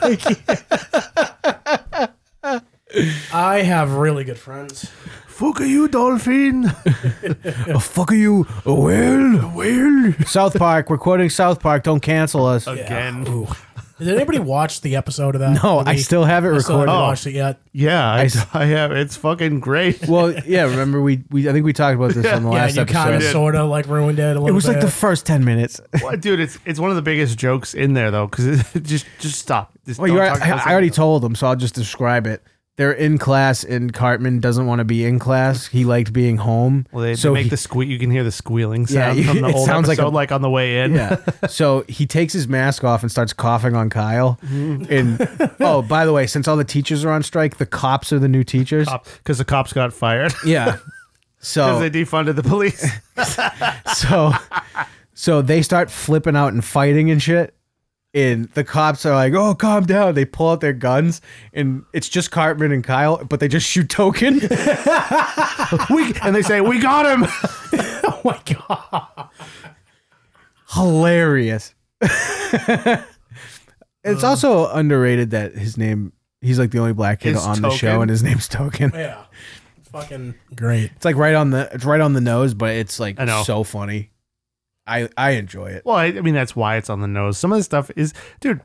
Speaker 2: I have really good friends.
Speaker 3: Fuck you, dolphin.
Speaker 1: Oh, fuck you. Oh, well, well. South Park, we're quoting South Park. Don't cancel us.
Speaker 3: Again.
Speaker 2: Ooh. Did anybody watch the episode of that?
Speaker 1: No,
Speaker 2: Where
Speaker 1: I
Speaker 2: they-
Speaker 1: still have it
Speaker 2: I still
Speaker 1: recorded.
Speaker 2: haven't
Speaker 3: Oh.
Speaker 2: watched it yet.
Speaker 3: Yeah, I,
Speaker 1: s-
Speaker 3: I have. It's fucking great.
Speaker 1: Well, yeah, remember we, we I think we talked about this on the
Speaker 2: Yeah,
Speaker 1: last
Speaker 2: you kind of
Speaker 1: episode.
Speaker 2: sort of like ruined it a little
Speaker 1: It was like the
Speaker 2: bit.
Speaker 1: first 10 minutes.
Speaker 3: Well, dude, it's it's one of the biggest jokes in there though, because just just stop. Just
Speaker 1: Well,
Speaker 3: don't
Speaker 1: you
Speaker 3: talk
Speaker 1: already,
Speaker 3: about
Speaker 1: I, I already
Speaker 3: something.
Speaker 1: told them, so I'll just describe it. They're in class, and Cartman doesn't want to be in class. He liked being home.
Speaker 3: Well, they, they
Speaker 1: so
Speaker 3: make
Speaker 1: he-
Speaker 3: the squeak. You can hear the squealing
Speaker 1: Yeah,
Speaker 3: sound
Speaker 1: you-
Speaker 3: from the
Speaker 1: it
Speaker 3: old
Speaker 1: sounds like
Speaker 3: episode,
Speaker 1: a-
Speaker 3: like, on the way in.
Speaker 1: Yeah. So he takes his mask off and starts coughing on Kyle.
Speaker 3: Mm-hmm.
Speaker 1: And oh, by the way, since all the teachers are on strike, the cops are the new teachers.
Speaker 3: because the cops got fired
Speaker 1: Yeah.
Speaker 3: because
Speaker 1: So
Speaker 3: they defunded the police.
Speaker 1: so so they start flipping out and fighting and shit. And the cops are like, "Oh, calm down." They pull out their guns, and it's just Cartman and Kyle, but they just shoot Token.
Speaker 3: we and they say we got him.
Speaker 2: oh my god.
Speaker 1: Hilarious. it's also underrated that his name. He's like the only black kid
Speaker 3: Is
Speaker 1: on the show,
Speaker 3: Token?
Speaker 1: and his name's Token.
Speaker 2: Yeah. Fucking great.
Speaker 1: It's like right on the it's right on the nose, but it's like
Speaker 3: I know.
Speaker 1: so funny. I I enjoy it.
Speaker 3: Well, I, I mean that's why it's on the nose. Some of this stuff is, dude.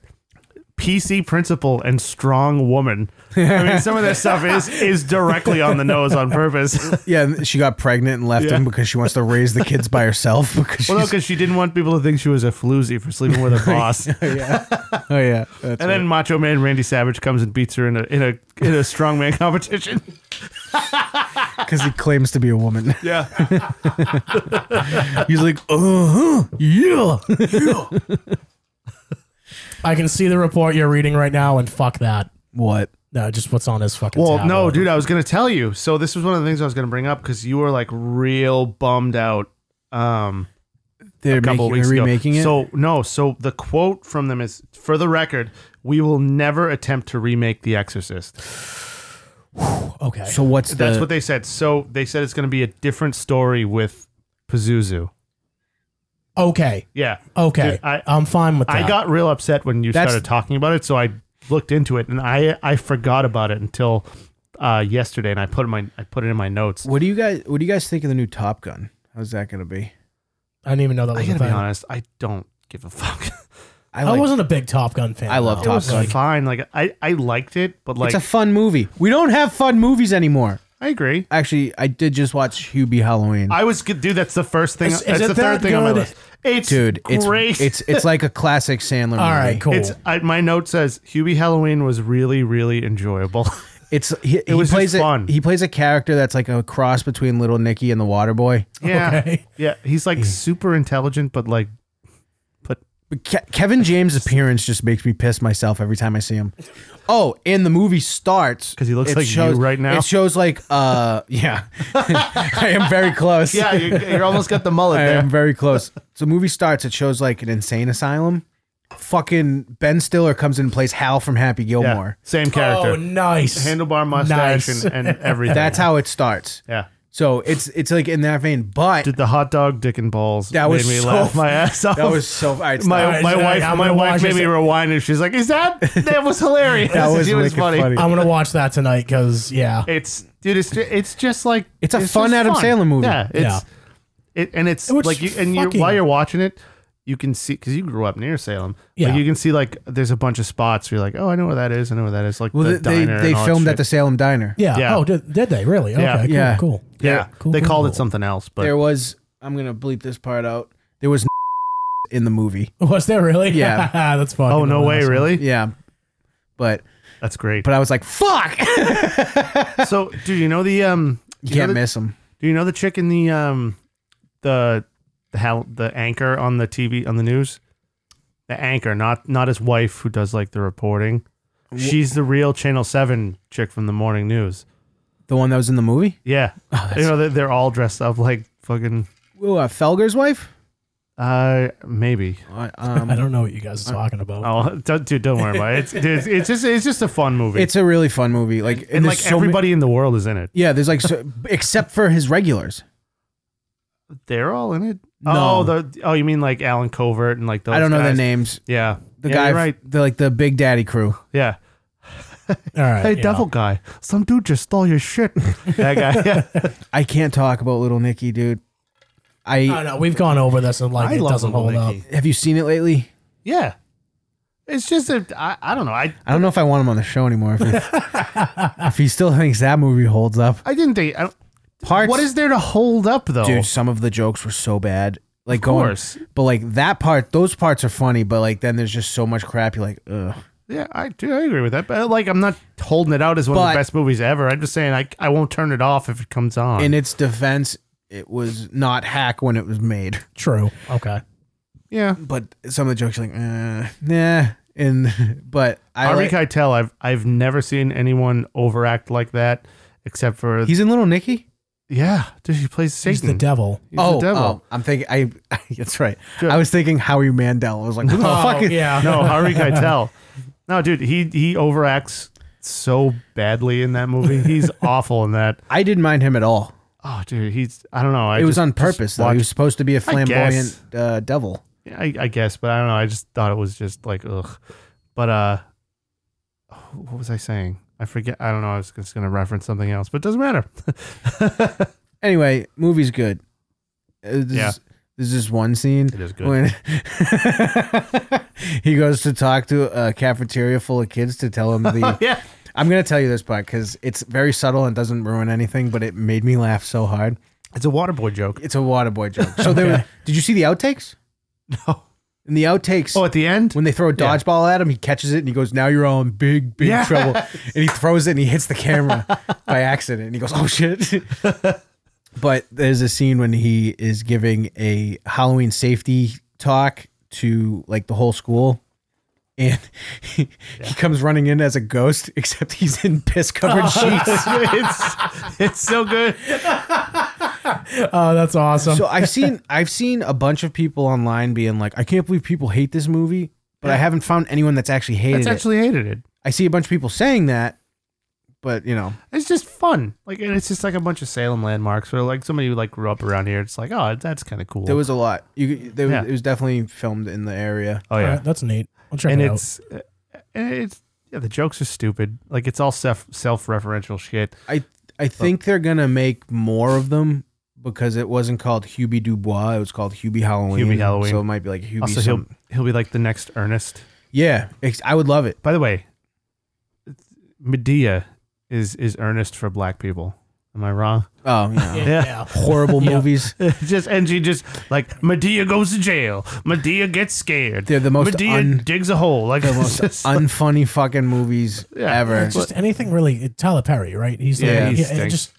Speaker 3: PC principle and strong woman. I mean, some of that stuff is is directly on the nose on purpose.
Speaker 1: Yeah, and she got pregnant and left
Speaker 3: Yeah.
Speaker 1: him because she wants to raise the kids by herself. Because
Speaker 3: well, no,
Speaker 1: she's,
Speaker 3: because she didn't want people to think she was a floozy for sleeping with her boss. and
Speaker 1: oh yeah, that's
Speaker 3: then
Speaker 1: right.
Speaker 3: Macho Man Randy Savage comes and beats her in a in a in a strongman competition.
Speaker 1: 'Cause he claims to be a woman.
Speaker 3: Yeah,
Speaker 1: He's like, uh huh, yeah.
Speaker 2: I can see the report you're reading right now, and fuck that.
Speaker 1: what?
Speaker 2: No, just what's on his fucking.
Speaker 3: Well,
Speaker 2: tab.
Speaker 3: no, dude, I was gonna tell you. So this was one of the things I was gonna bring up because you were like real bummed out. Um,
Speaker 1: They're
Speaker 3: a couple
Speaker 1: making,
Speaker 3: weeks
Speaker 1: they're
Speaker 3: ago.
Speaker 1: remaking it.
Speaker 3: So no, so the quote from them is, "For the record, we will never attempt to remake The Exorcist."
Speaker 2: Okay.
Speaker 1: so what's the?
Speaker 3: That's what they said. So they said it's gonna be a different story with Pazuzu.
Speaker 2: okay.
Speaker 3: Yeah.
Speaker 1: Oh,
Speaker 2: Okay.
Speaker 3: Dude,
Speaker 2: I,
Speaker 3: I-
Speaker 2: am fine with that.
Speaker 3: I got real upset when you
Speaker 1: That's-
Speaker 3: started talking about it, so I looked into it and I I forgot about it until uh, yesterday, and I put in my I put it in my notes.
Speaker 1: what do you guys? What do you guys think of the new Top Gun? How's that gonna be?
Speaker 2: I didn't even know that
Speaker 3: I
Speaker 2: was a
Speaker 3: gotta be
Speaker 2: thing.
Speaker 3: honest, I don't give a fuck.
Speaker 1: I,
Speaker 2: I,
Speaker 1: like,
Speaker 2: wasn't a big Top Gun fan.
Speaker 1: I love
Speaker 2: though.
Speaker 1: Top
Speaker 3: It was
Speaker 1: Gun.
Speaker 3: fine. Like I I liked it, but like
Speaker 1: it's a fun movie. We don't have fun movies anymore.
Speaker 3: I agree.
Speaker 1: Actually, I did just watch Hubie Halloween.
Speaker 3: I was good, dude. That's the first thing.
Speaker 2: Is- is
Speaker 3: that's
Speaker 2: it
Speaker 3: the
Speaker 2: that
Speaker 3: third thing on my
Speaker 2: good?
Speaker 3: list. It's
Speaker 1: Dude, it's
Speaker 3: great.
Speaker 1: it's it's like a classic Sandler movie.
Speaker 2: All right. Cool.
Speaker 3: It's- I, my note says Hubie Halloween was really really enjoyable.
Speaker 1: It's he, he
Speaker 3: was just
Speaker 1: plays a,
Speaker 3: fun.
Speaker 1: He plays a character that's like a cross between Little Nicky and the Waterboy.
Speaker 3: yeah,
Speaker 2: Okay.
Speaker 3: yeah. He's like super intelligent, but like, but
Speaker 1: But Ke- Kevin James' appearance just makes me piss myself every time I see him. Oh, and the movie starts
Speaker 3: 'Cause he looks
Speaker 1: it
Speaker 3: like you right now?
Speaker 1: It shows like uh yeah, I am very close.
Speaker 3: yeah, you're, you're almost got the mullet
Speaker 1: I
Speaker 3: there.
Speaker 1: am very close. So the movie starts. It shows like an insane asylum. Fucking Ben Stiller comes in and plays Hal from Happy
Speaker 3: Yeah,
Speaker 1: Gilmore.
Speaker 3: same character.
Speaker 2: Oh, nice.
Speaker 3: handlebar mustache
Speaker 2: Nice.
Speaker 3: and, and everything.
Speaker 1: That's how it starts.
Speaker 3: Yeah.
Speaker 1: So it's it's like in that vein, but
Speaker 3: Did the hot dog dick and balls
Speaker 1: That
Speaker 3: made
Speaker 1: was
Speaker 3: me
Speaker 1: so-
Speaker 3: laugh my ass off.
Speaker 1: that was so. All right, stop.
Speaker 3: my
Speaker 2: Alright,
Speaker 3: my
Speaker 2: so
Speaker 3: wife
Speaker 2: I'm
Speaker 3: my
Speaker 2: gonna
Speaker 3: wife
Speaker 2: watch
Speaker 3: made
Speaker 2: this.
Speaker 3: me rewind and she's like, Is that that was hilarious?
Speaker 1: That was
Speaker 3: It
Speaker 1: wicked funny.
Speaker 2: I'm gonna watch that tonight because yeah.
Speaker 3: It's dude, it's ju- it's just like
Speaker 1: It's a
Speaker 3: just
Speaker 1: fun Adam Sandler movie.
Speaker 3: Yeah, it's It, and it's
Speaker 2: Which
Speaker 3: like you and you
Speaker 2: fucking-
Speaker 3: while you're watching it, you can see because you grew up near Salem.
Speaker 2: Yeah.
Speaker 3: like you can see like there's a bunch of spots where you're like, oh, I know where that is. I know where that is. Like
Speaker 1: well,
Speaker 3: the
Speaker 1: they
Speaker 3: diner
Speaker 1: they
Speaker 3: and all that
Speaker 1: filmed at
Speaker 3: shit.
Speaker 1: the Salem Diner.
Speaker 2: Yeah.
Speaker 3: Yeah.
Speaker 2: Oh, did, did they really? Okay. Cool.
Speaker 1: Yeah.
Speaker 3: Yeah.
Speaker 2: Cool.
Speaker 3: yeah.
Speaker 2: cool,
Speaker 3: they
Speaker 2: cool,
Speaker 3: called
Speaker 2: cool.
Speaker 3: it something else, but
Speaker 1: there was I'm gonna bleep this part out. There was in the movie.
Speaker 2: Was there really?
Speaker 1: Yeah.
Speaker 2: That's fun.
Speaker 3: oh no way, really?
Speaker 1: Yeah. But
Speaker 3: That's great.
Speaker 1: but I was like, fuck.
Speaker 3: so, dude, you know the um,
Speaker 1: You
Speaker 3: know
Speaker 1: can't
Speaker 3: the-
Speaker 1: miss him.
Speaker 3: Do Do you know the chick in the um the the hell the anchor on the TV on the news? The anchor, not not his wife who does like the reporting. She's the real Channel Seven chick from the morning news.
Speaker 1: The one that was in the movie?
Speaker 3: Yeah,
Speaker 1: Oh,
Speaker 3: you know they're, they're all dressed up like fucking.
Speaker 1: Ooh, uh, Felger's wife?
Speaker 3: Uh, maybe.
Speaker 1: I- um,
Speaker 2: I don't know what you guys are talking about.
Speaker 3: Oh, don't, dude, don't worry about it. It's, dude, it's, it's just it's just a fun movie.
Speaker 1: it's a really fun movie. Like and,
Speaker 3: and
Speaker 1: there's
Speaker 3: like
Speaker 1: so ma-
Speaker 3: everybody in the world is in it.
Speaker 1: yeah, there's like so, except for his regulars.
Speaker 3: They're all in it.
Speaker 1: No.
Speaker 3: Oh, the oh, you mean like Alan Covert and like those?
Speaker 1: I don't know
Speaker 3: guys.
Speaker 1: their names.
Speaker 3: Yeah,
Speaker 1: The
Speaker 3: Yeah,
Speaker 1: guy,
Speaker 3: you're right?
Speaker 1: the like the Big Daddy crew.
Speaker 3: Yeah.
Speaker 2: All right.
Speaker 3: Hey,
Speaker 2: yeah.
Speaker 3: devil guy, some dude just stole your shit. that guy. Yeah.
Speaker 1: I can't talk about Little Nicky, dude. I
Speaker 2: No, no, we've gone over this and like
Speaker 3: I
Speaker 2: it
Speaker 3: love
Speaker 2: doesn't
Speaker 3: Little
Speaker 2: hold up.
Speaker 3: Nicky.
Speaker 1: have you seen it lately?
Speaker 3: yeah. It's just a. I, I don't know. I
Speaker 1: I don't know if I want him on the show anymore. If he, if he still thinks that movie holds up,
Speaker 3: I didn't think. I don't,
Speaker 1: parts
Speaker 3: what is there to hold up though?
Speaker 1: dude? Some of the jokes were so bad. Like going,
Speaker 3: Oh. course.
Speaker 1: but like that part, those parts are funny. But like then there's just so much crap. You're like, ugh.
Speaker 3: Yeah, I do. I agree with that. But like, I'm not holding it out as one of
Speaker 1: But-
Speaker 3: the best movies ever. I'm just saying I I won't turn it off if it comes on.
Speaker 1: In its defense, it was not hack when it was made.
Speaker 2: True. Okay.
Speaker 3: yeah,
Speaker 1: But some of the jokes, are like, uh, nah. And but I,
Speaker 3: Harvey
Speaker 1: like-
Speaker 3: Keitel. I've I've never seen anyone overact like that except for
Speaker 1: he's in Little Nicky.
Speaker 3: yeah, dude. He plays Satan.
Speaker 2: He's
Speaker 1: Hmm.
Speaker 2: the devil.
Speaker 3: He's the
Speaker 1: Oh,
Speaker 3: devil.
Speaker 1: um, I'm thinking. I that's right.
Speaker 3: Good. Oh,
Speaker 1: I was thinking Howie Mandel. I was like, who the fuck is?
Speaker 2: yeah.
Speaker 3: No, Harvey Keitel. No, dude. He he overacts so badly in that movie. He's awful in that.
Speaker 1: I didn't mind him at all.
Speaker 3: Oh, dude. He's I don't know. I
Speaker 1: it was
Speaker 3: just-
Speaker 1: on
Speaker 3: just
Speaker 1: purpose though. He
Speaker 3: watch-
Speaker 1: was supposed to be a flamboyant
Speaker 3: guess.
Speaker 1: uh, devil.
Speaker 3: I, I guess, but I don't know. I just thought it was just like ugh. But uh, what was I saying? I forget. I don't know. I was just gonna reference something else, but it doesn't matter.
Speaker 1: Anyway, movie's good. Uh, This
Speaker 3: Yeah.
Speaker 1: Is, this is one scene. It
Speaker 3: is good.
Speaker 1: he goes to talk to a cafeteria full of kids to tell him the.
Speaker 3: yeah.
Speaker 1: I'm gonna tell you this part because it's very subtle and doesn't ruin anything, but it made me laugh so hard.
Speaker 3: It's a Waterboy joke.
Speaker 1: It's a Waterboy joke. So there. were- Did you see the outtakes?
Speaker 3: No.
Speaker 1: In the outtakes,
Speaker 3: Oh, at the end.
Speaker 1: when they throw a dodgeball at him, he catches it and he goes, "Now you're all in big, big
Speaker 3: Yes.
Speaker 1: trouble." And he throws it and he hits the camera by accident and he goes, "Oh shit!" but there's a scene when he is giving a Halloween safety talk to like the whole school. And he, he comes running in as a ghost, except he's in piss covered sheets.
Speaker 3: it's it's so good.
Speaker 2: Oh, that's awesome.
Speaker 1: So I've seen I've seen a bunch of people online being like, I can't believe people hate this movie, but I haven't found anyone that's actually hated
Speaker 3: It's
Speaker 1: it.
Speaker 3: actually hated it.
Speaker 1: I see a bunch of people saying that, but you know,
Speaker 3: It's just fun. Like, and it's just like a bunch of Salem landmarks or like somebody who like grew up around here. It's like, oh, that's kind of cool.
Speaker 1: there was a lot. You, there,
Speaker 3: Yeah.
Speaker 1: was it was definitely filmed in the area.
Speaker 3: oh
Speaker 2: All
Speaker 3: yeah.
Speaker 2: right, that's neat. I'll check
Speaker 3: and
Speaker 2: it
Speaker 3: it's uh, and it's yeah. The jokes are stupid. Like it's all self self referential shit.
Speaker 1: I, I think they're gonna make more of them because it wasn't called Hubie Dubois; it was called Hubie Halloween.
Speaker 3: Hubie Halloween.
Speaker 1: So it might be like Hubie.
Speaker 3: Also, he'll
Speaker 1: some,
Speaker 3: he'll be like the next Ernest.
Speaker 1: yeah, ex- I would love it.
Speaker 3: By the way, Medea is is earnest for black people. Am I wrong?
Speaker 1: Oh, you know,
Speaker 2: out. Yeah.
Speaker 1: horrible movies.
Speaker 3: just and she just like Medea goes to jail. Medea gets scared.
Speaker 1: They're the most
Speaker 3: Medea
Speaker 1: un-
Speaker 3: digs a hole. Like
Speaker 1: The most
Speaker 3: it's just-
Speaker 1: unfunny fucking movies
Speaker 3: Yeah.
Speaker 1: ever.
Speaker 2: It's just anything really. Tyler Perry, right? He's like,
Speaker 3: Yeah,
Speaker 2: yeah,
Speaker 3: he
Speaker 2: yeah,
Speaker 3: stinks.
Speaker 2: just.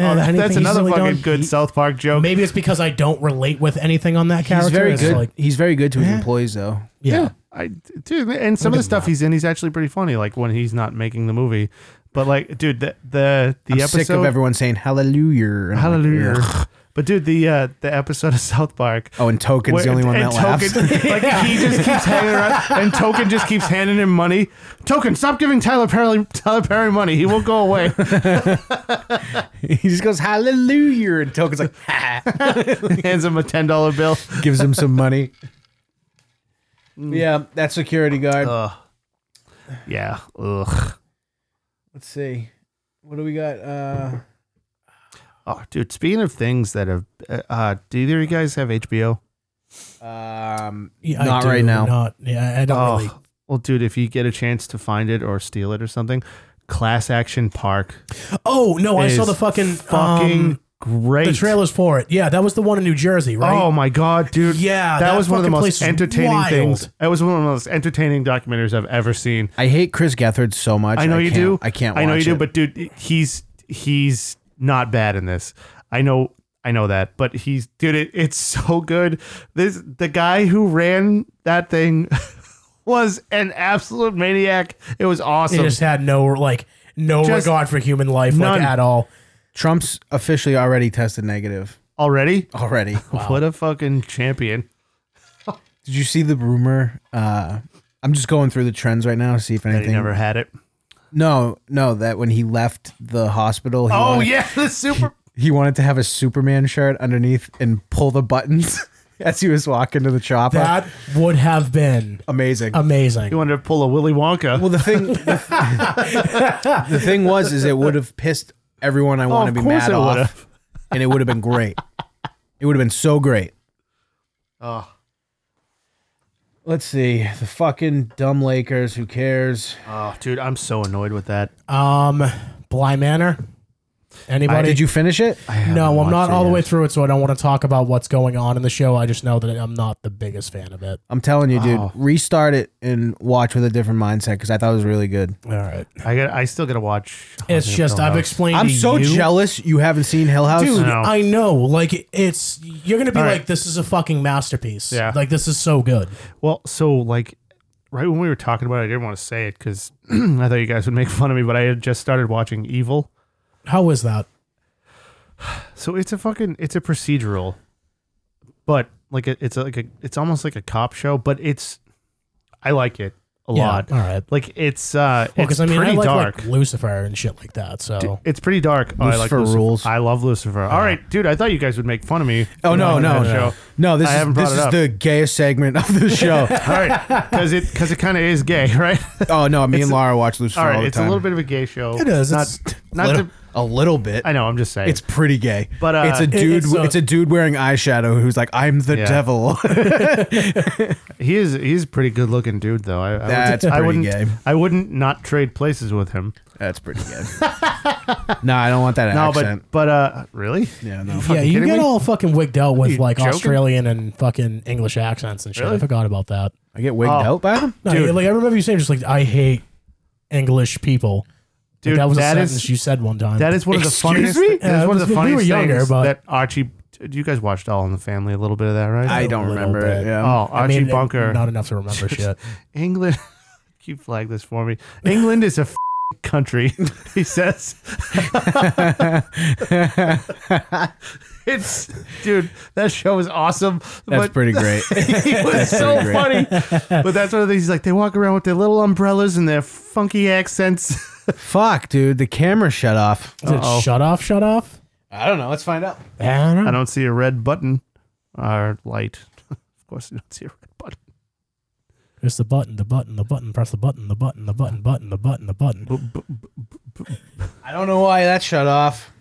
Speaker 3: Oh,
Speaker 2: eh,
Speaker 3: that's,
Speaker 2: anything
Speaker 3: that's
Speaker 2: he's
Speaker 3: another
Speaker 2: really
Speaker 3: fucking
Speaker 2: done-
Speaker 3: good
Speaker 2: he-
Speaker 3: South Park joke.
Speaker 2: Maybe it's because I don't relate with anything on that character.
Speaker 1: he's very
Speaker 2: It's
Speaker 1: good.
Speaker 2: Like,
Speaker 1: he's very good to his
Speaker 2: Yeah.
Speaker 1: employees, though.
Speaker 2: yeah.
Speaker 3: I dude, and some of the stuff he's in, he's actually pretty funny. Like when he's not making the movie, but like, dude, the the, the
Speaker 1: I'm
Speaker 3: episode
Speaker 1: sick of everyone saying hallelujah. and I'm like,
Speaker 3: Hallelujah.
Speaker 1: "Ugh."
Speaker 3: But dude, the uh, the episode of South Park.
Speaker 1: Oh, and Token's the only one
Speaker 3: and
Speaker 1: that laughs.
Speaker 3: Token, like he just keeps hanging around, and Token just keeps handing him money. Token, stop giving Tyler Perry Tyler Perry money. He won't go away.
Speaker 1: He just goes hallelujah, and Token's like, ha,
Speaker 3: Hands him a ten dollar bill.
Speaker 1: gives him some money. Mm. Yeah, that security guard.
Speaker 3: Ugh. Yeah. Ugh.
Speaker 1: Let's see, what do we got? Uh,
Speaker 3: Oh, dude. Speaking of things that have, uh, uh, do either of you guys have HBO?
Speaker 1: um,
Speaker 2: Yeah, I
Speaker 1: not
Speaker 2: do,
Speaker 1: right now.
Speaker 2: Not. Yeah, I don't really.
Speaker 3: Oh, well, dude. If you get a chance to find it or steal it or something, Class Action Park.
Speaker 2: Oh no, I saw
Speaker 3: is
Speaker 2: the fucking
Speaker 3: fucking
Speaker 2: um,
Speaker 3: great.
Speaker 2: the trailers for it. Yeah, that was the one in New Jersey, right?
Speaker 3: Oh my god, dude!
Speaker 2: Yeah,
Speaker 3: that,
Speaker 2: that
Speaker 3: was one of the
Speaker 2: fucking
Speaker 3: most
Speaker 2: place is
Speaker 3: entertaining
Speaker 2: wild.
Speaker 3: things. That was one of the most entertaining documentaries I've ever seen.
Speaker 1: I hate Chris Gethard so much.
Speaker 3: I know you
Speaker 1: can't-
Speaker 3: do.
Speaker 1: I can't.
Speaker 3: I know you
Speaker 1: watch
Speaker 3: do.
Speaker 1: it.
Speaker 3: But dude, he's he's not bad in this. I know, I know that, but he's dude. It, it's so good. This the guy who ran that thing was an absolute maniac. It was
Speaker 2: They
Speaker 3: awesome.
Speaker 2: just had no like no
Speaker 3: Just
Speaker 2: regard for human life
Speaker 3: none.
Speaker 2: like at all.
Speaker 1: Trump's officially already tested negative.
Speaker 3: Already,
Speaker 1: Already.
Speaker 3: what a fucking champion.
Speaker 1: Did you see the rumor? Uh, I'm just going through the trends right now to see if
Speaker 3: That he
Speaker 1: anything.
Speaker 3: never had it.
Speaker 1: no, no, that when he left the hospital, he,
Speaker 3: Oh
Speaker 1: wanted,
Speaker 3: yeah, the super.
Speaker 1: he wanted to have a Superman shirt underneath and pull the buttons as he was walking to the chopper.
Speaker 2: That would have been
Speaker 1: Amazing.
Speaker 2: amazing.
Speaker 3: He wanted to pull a Willy Wonka.
Speaker 1: well, the thing, the, the thing was, is it would have pissed everyone I
Speaker 3: Oh,
Speaker 1: want to
Speaker 3: of
Speaker 1: be
Speaker 3: course
Speaker 1: mad
Speaker 3: it
Speaker 1: off,
Speaker 3: would've.
Speaker 1: and it would have been great. It would have been so great.
Speaker 3: Oh.
Speaker 1: Let's see. The fucking dumb Lakers. Who cares?
Speaker 3: Oh, dude, I'm so annoyed with that.
Speaker 2: Um, Bly Manor. Anybody?
Speaker 1: Did you finish it?
Speaker 2: no, I'm
Speaker 3: watched
Speaker 2: not
Speaker 3: it
Speaker 2: all the
Speaker 3: yet.
Speaker 2: way through it, so I don't want to talk about what's going on in the show. I just know that I'm not the biggest fan of it.
Speaker 1: I'm telling you, dude.
Speaker 3: Wow.
Speaker 1: Restart it and watch with a different mindset because I thought it was really good.
Speaker 2: All right,
Speaker 3: I got. I still gotta watch.
Speaker 2: it's just I've explained.
Speaker 1: I'm
Speaker 2: to
Speaker 1: so
Speaker 2: you-
Speaker 1: jealous you haven't seen Hill House.
Speaker 2: dude.
Speaker 3: No.
Speaker 2: I know, like it's you're gonna be
Speaker 3: All right.
Speaker 2: like, this is a fucking masterpiece.
Speaker 3: Yeah.
Speaker 2: like this is so good.
Speaker 3: Well, so like right when we were talking about it, I didn't want to say it because I thought you guys would make fun of me, but I had just started watching Evil.
Speaker 2: How is that?
Speaker 3: So it's a fucking it's a procedural, but like a, it's a, like a it's almost like a cop show, but it's I like it a
Speaker 2: Yeah,
Speaker 3: lot.
Speaker 2: all right.
Speaker 3: Like it's uh
Speaker 2: Because
Speaker 3: it's
Speaker 2: I mean, I
Speaker 3: pretty
Speaker 2: like,
Speaker 3: dark.
Speaker 2: like Lucifer and shit like that. So
Speaker 3: it's pretty dark. Oh, I like
Speaker 1: Lucifer
Speaker 3: Lucifer.
Speaker 1: rules. Uh-huh.
Speaker 3: I love Lucifer. All right, dude. I thought you guys would make fun of me.
Speaker 1: Oh no, no,
Speaker 3: on that
Speaker 1: no.
Speaker 3: show.
Speaker 1: No, this
Speaker 3: I
Speaker 1: is
Speaker 3: haven't brought
Speaker 1: this
Speaker 3: it
Speaker 1: is
Speaker 3: up.
Speaker 1: the gayest segment of the show.
Speaker 3: All right, because it because it kind of is gay, right?
Speaker 1: oh no, me and Laura watch Lucifer
Speaker 3: All
Speaker 1: all,
Speaker 3: right,
Speaker 1: the
Speaker 3: it's
Speaker 1: time.
Speaker 3: a little bit of a gay show.
Speaker 2: it is.
Speaker 3: Not,
Speaker 2: it's,
Speaker 3: not
Speaker 1: Little-
Speaker 3: to-
Speaker 1: a little bit.
Speaker 3: I know. I'm just saying.
Speaker 1: It's pretty gay,
Speaker 3: But, uh,
Speaker 1: it's a
Speaker 3: it-
Speaker 1: dude.
Speaker 2: it's
Speaker 1: It's a,
Speaker 2: a-
Speaker 1: dude wearing eyeshadow who's like, "I'm the
Speaker 3: Yeah.
Speaker 1: devil."
Speaker 3: He is he's a pretty good looking dude though. I, I would-
Speaker 1: That's
Speaker 3: I
Speaker 1: pretty
Speaker 3: wouldn't
Speaker 1: gay.
Speaker 3: I wouldn't not trade places with him.
Speaker 1: That's pretty gay. no, I don't want that
Speaker 3: No,
Speaker 1: accent.
Speaker 3: but but uh really?
Speaker 1: yeah, no.
Speaker 2: yeah, you
Speaker 3: kidding
Speaker 2: get
Speaker 3: me?
Speaker 2: all fucking wigged out
Speaker 3: you
Speaker 2: with like
Speaker 3: joking?
Speaker 2: Australian and fucking English accents and shit. I
Speaker 3: Really?
Speaker 2: forgot about that.
Speaker 1: I get wigged
Speaker 3: Oh.
Speaker 1: out by them.
Speaker 2: No,
Speaker 3: Dude.
Speaker 2: like I remember you saying just like I hate English people. Like,
Speaker 3: Dude,
Speaker 2: that was
Speaker 3: that
Speaker 2: a
Speaker 3: is-
Speaker 2: sentence you said one time.
Speaker 3: That is one of the
Speaker 1: Excuse
Speaker 3: funniest
Speaker 1: me?
Speaker 3: that is
Speaker 2: Yeah,
Speaker 3: one of
Speaker 2: we were
Speaker 3: the funniest
Speaker 2: younger,
Speaker 3: things
Speaker 2: but-
Speaker 3: that Archie you guys watched All in the Family a little bit of that, right?
Speaker 1: I don't
Speaker 2: little
Speaker 1: remember it.
Speaker 2: bit.
Speaker 1: Yeah.
Speaker 3: oh, Archie
Speaker 2: mean,
Speaker 3: Bunker.
Speaker 2: Not enough to remember shit.
Speaker 3: England keep flag this for me. England is a f- country, he says. it's dude, that show was awesome.
Speaker 1: That's
Speaker 3: but-
Speaker 1: pretty great.
Speaker 3: it was so funny. But that's one of the things like they walk around with their little umbrellas and their funky accents.
Speaker 1: Fuck, dude, the camera shut off.
Speaker 2: Is it shut off, shut off?
Speaker 1: I don't know. Let's find out.
Speaker 2: I don't know.
Speaker 3: I don't see a red button or light. Of course, I don't see a red button.
Speaker 2: It's the button, the button, the button, press the button, the button, the button, button, the button, the button.
Speaker 1: I don't know why that shut off.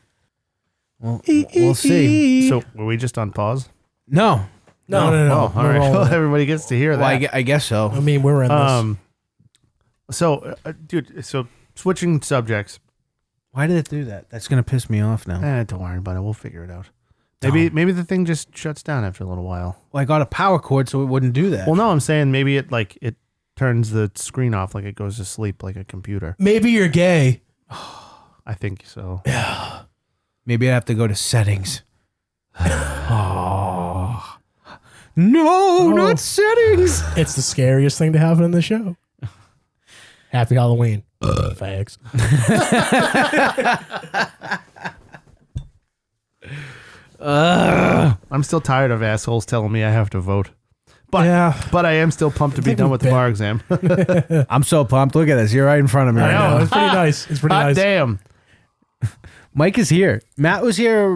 Speaker 1: Well, we'll see.
Speaker 3: So were we just on pause?
Speaker 1: No,
Speaker 2: No, no, no.
Speaker 3: Oh, all
Speaker 2: We're
Speaker 3: right.
Speaker 2: rolling.
Speaker 3: Well, everybody gets to hear
Speaker 1: well, I,
Speaker 3: that.
Speaker 1: gue- I guess
Speaker 2: I
Speaker 1: so.
Speaker 2: mean, we're in this.
Speaker 3: Um. So, uh, dude. So switching subjects.
Speaker 1: Why did it do that? That's gonna piss me off now.
Speaker 3: Eh, don't worry about it. We'll figure it out. Maybe maybe the thing just shuts down after a little while.
Speaker 1: Well, I got a power cord, so it wouldn't do that.
Speaker 3: Well, no, I'm saying maybe it like it turns the screen off, like it goes to sleep, like a computer.
Speaker 2: Maybe you're gay.
Speaker 3: I think so.
Speaker 1: Maybe I have to go to settings. No, not settings.
Speaker 2: It's the scariest thing to happen in the show. Happy Halloween. Fags.
Speaker 3: I'm still tired of assholes telling me I have to vote. But
Speaker 2: Yeah.
Speaker 3: but I am still pumped to be
Speaker 2: They've
Speaker 3: done with the
Speaker 2: been-
Speaker 3: bar exam.
Speaker 1: I'm so pumped. Look at this. You're right in front of me right now.
Speaker 3: know.
Speaker 2: it's pretty nice. It's pretty
Speaker 3: Hot
Speaker 2: nice.
Speaker 3: damn.
Speaker 1: Mike is here. Matt was here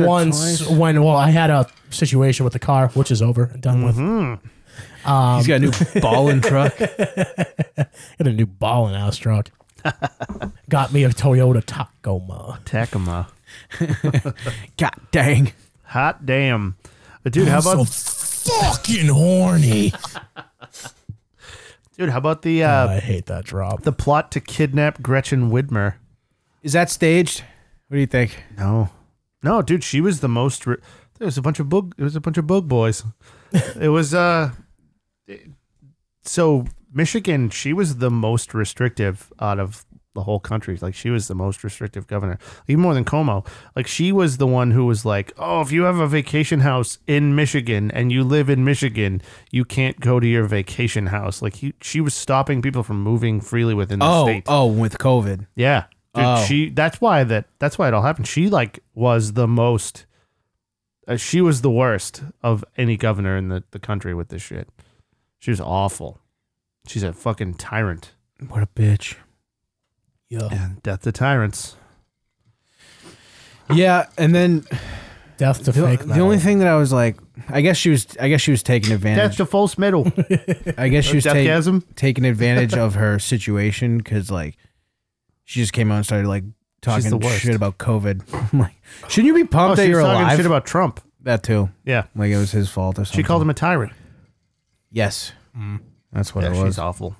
Speaker 2: Once,
Speaker 1: or twice.
Speaker 2: when well, I had a situation with the car, which is over and done
Speaker 3: Mm-hmm.
Speaker 2: with.
Speaker 1: Oh, He's got a new ball and truck.
Speaker 2: Got a new ball and ass truck. Got me a Toyota Tacoma.
Speaker 3: Tacoma.
Speaker 1: God dang.
Speaker 3: Hot damn. But dude, how about
Speaker 2: fucking horny. Oh,
Speaker 3: dude, how about the uh,
Speaker 2: I hate that drop.
Speaker 3: the plot to kidnap Gretchen Widmer?
Speaker 1: Is that staged? What do you think?
Speaker 3: No. No, dude, she was the most re- there was a bunch of boog there was a bunch of boog boys. it was uh so Michigan, she was the most restrictive out of the whole country. Like she was the most restrictive governor, even more than Como. Like she was the one who was like, "Oh, if you have a vacation house in Michigan and you live in Michigan, you can't go to your vacation house." Like he, she was stopping people from moving freely within the
Speaker 1: Oh,
Speaker 3: state.
Speaker 1: oh, with COVID.
Speaker 3: Yeah. Dude,
Speaker 1: Oh.
Speaker 3: she that's why that that's why it all happened. She like was the most uh, she was the worst of any governor in the, the country with this shit. She was awful. She's a fucking tyrant.
Speaker 1: What a bitch.
Speaker 2: Yeah.
Speaker 3: And death to tyrants.
Speaker 1: Yeah, and then
Speaker 2: Death to
Speaker 1: the,
Speaker 2: fake
Speaker 1: the
Speaker 2: metal.
Speaker 1: only thing that I was like, I guess she was, I guess she was taking
Speaker 3: Death
Speaker 1: advantage.
Speaker 3: to false metal.
Speaker 1: I guess she was taking
Speaker 3: Deathgasm.
Speaker 1: taking advantage of her situation because like she just came out and started like
Speaker 3: She's the
Speaker 1: talking
Speaker 3: worst.
Speaker 1: shit about COVID. I'm like, shouldn't you be pumped
Speaker 3: Oh,
Speaker 1: that
Speaker 3: she
Speaker 1: you're
Speaker 3: was talking
Speaker 1: alive?
Speaker 3: shit about Trump.
Speaker 1: that too.
Speaker 3: Yeah.
Speaker 1: Like it was his fault or something.
Speaker 3: She called Mm. him a tyrant.
Speaker 1: Yes, that's what
Speaker 3: Yeah,
Speaker 1: it
Speaker 3: she's
Speaker 1: was.
Speaker 3: awful.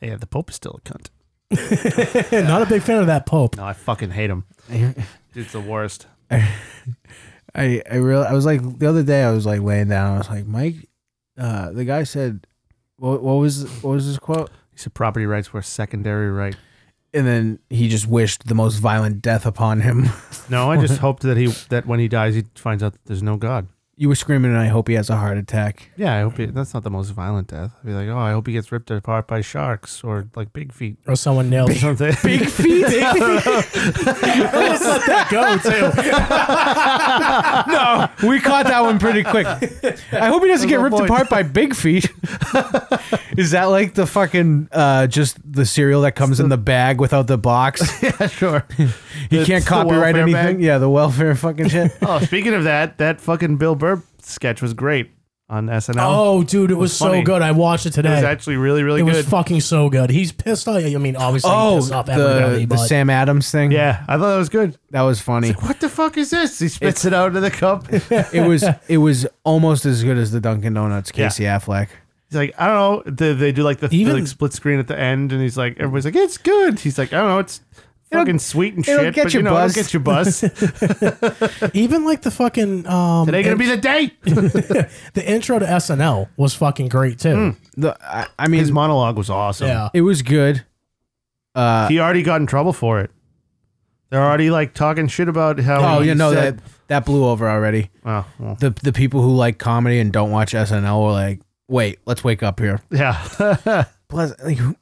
Speaker 3: Yeah, the Pope is still a cunt.
Speaker 2: Yeah, not a big fan of that Pope.
Speaker 3: No, I fucking hate him. Dude's the worst.
Speaker 1: I I real I was like the other day I was like laying down. I was like Mike. Uh, the guy said, what, "What was what was his quote?"
Speaker 3: He said property rights were secondary right.
Speaker 1: And then he just wished the most violent death upon him.
Speaker 3: No, I just hoped that he that when he dies he finds out that there's no God.
Speaker 1: you were screaming, and I hope he has a heart attack.
Speaker 3: Yeah, I hope he, that's not the most violent death. I'd be like, oh, I hope he gets ripped apart by sharks or like big feet
Speaker 2: Or someone nailed
Speaker 3: or something.
Speaker 1: Big feet.
Speaker 2: go too.
Speaker 1: We caught that one pretty quick. I hope he doesn't get ripped apart by big feet. Is that like the fucking uh, just the cereal that comes in the bag without the box?
Speaker 3: yeah, sure.
Speaker 1: He
Speaker 3: The-
Speaker 1: can't
Speaker 3: the
Speaker 1: copyright
Speaker 3: welfare
Speaker 1: anything.
Speaker 3: bag?
Speaker 1: Yeah, the welfare fucking shit.
Speaker 3: Oh, speaking of that, that fucking Bill Burr sketch was great on SNL.
Speaker 2: Oh, dude, it was, so
Speaker 3: funny.
Speaker 2: good. I watched it
Speaker 3: it
Speaker 2: today.
Speaker 3: was actually really, really
Speaker 2: It was
Speaker 3: good.
Speaker 2: fucking so good. He's pissed off. I mean, obviously, he
Speaker 1: Oh,
Speaker 2: pissed off everybody.
Speaker 1: the, the
Speaker 2: but
Speaker 1: Sam Adams thing.
Speaker 3: yeah, I thought that was good.
Speaker 1: that was funny.
Speaker 3: What the fuck is this? He spits it out into the cup. He's
Speaker 1: It was it was almost as good as the Dunkin' Donuts Casey Affleck.
Speaker 3: like, I don't know. They, they do like the, the,
Speaker 2: Even-
Speaker 3: like, split screen at the end, and he's like, everybody's like, it's good. He's like, I don't know, it's
Speaker 1: It'll-
Speaker 3: fucking sweet and
Speaker 1: it'll
Speaker 3: shit,
Speaker 1: get
Speaker 3: but
Speaker 1: you
Speaker 3: you know,
Speaker 1: buzzed."
Speaker 3: it'll get you buzzed.
Speaker 2: even like the fucking um,
Speaker 3: Today gonna be the day.
Speaker 2: the intro to SNL was fucking great too.
Speaker 3: Mm.
Speaker 1: The I, I mean,
Speaker 3: His monologue was awesome.
Speaker 2: Yeah,
Speaker 1: it was good. Uh,
Speaker 3: he already got in trouble for it. They're already like talking shit about how.
Speaker 1: Oh,
Speaker 3: he
Speaker 1: you know that
Speaker 3: said-
Speaker 1: that blew over already.
Speaker 3: Oh, well,
Speaker 1: The the people who like comedy and don't watch SNL were like, wait, let's wake up here.
Speaker 3: yeah,
Speaker 1: Plus, like, who-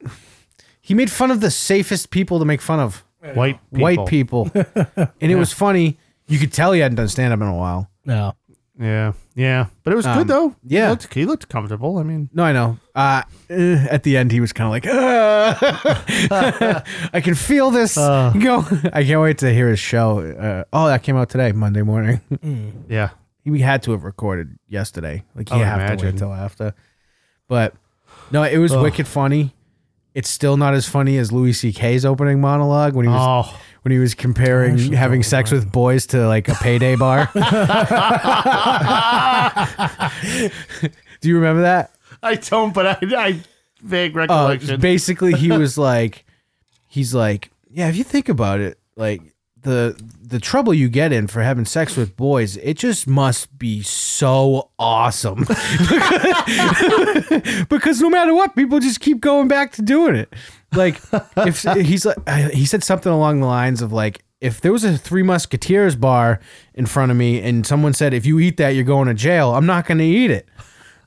Speaker 1: he made fun of the safest people to make fun of
Speaker 3: white people.
Speaker 1: white people. and it was funny. You could tell he hadn't done stand up in a while.
Speaker 2: no,
Speaker 3: Yeah, yeah, but it was good though.
Speaker 1: Um, yeah.
Speaker 3: he looked, he looked comfortable. I mean,
Speaker 1: No, I know. Uh, eh, at the end, he was kind of like, "Ah." I can feel this.
Speaker 3: Uh.
Speaker 1: Go. I can't wait to hear his show. Uh, oh, that came out today, Monday morning.
Speaker 3: yeah,
Speaker 1: we had to have recorded yesterday. Like
Speaker 3: Oh, I
Speaker 1: you
Speaker 3: would
Speaker 1: have to wait
Speaker 3: imagine.
Speaker 1: till after. But no, it was wicked funny. It's still not as funny as Louis C.K.'s opening monologue when he was
Speaker 3: Oh.
Speaker 1: when he was comparing having sex with boys to like a payday bar. Do you remember that?
Speaker 3: I don't, but I, I vague
Speaker 1: Uh,
Speaker 3: recollection.
Speaker 1: basically, he was like, he's like, yeah. If you think about it, like the the trouble you get in for having sex with boys, it just must be so awesome because no matter what, people just keep going back to doing it. Like if he's like, I- he said something along the lines of like. If there was a Three Musketeers bar in front of me and someone said, if you eat that, you're going to jail, I'm not going to eat it.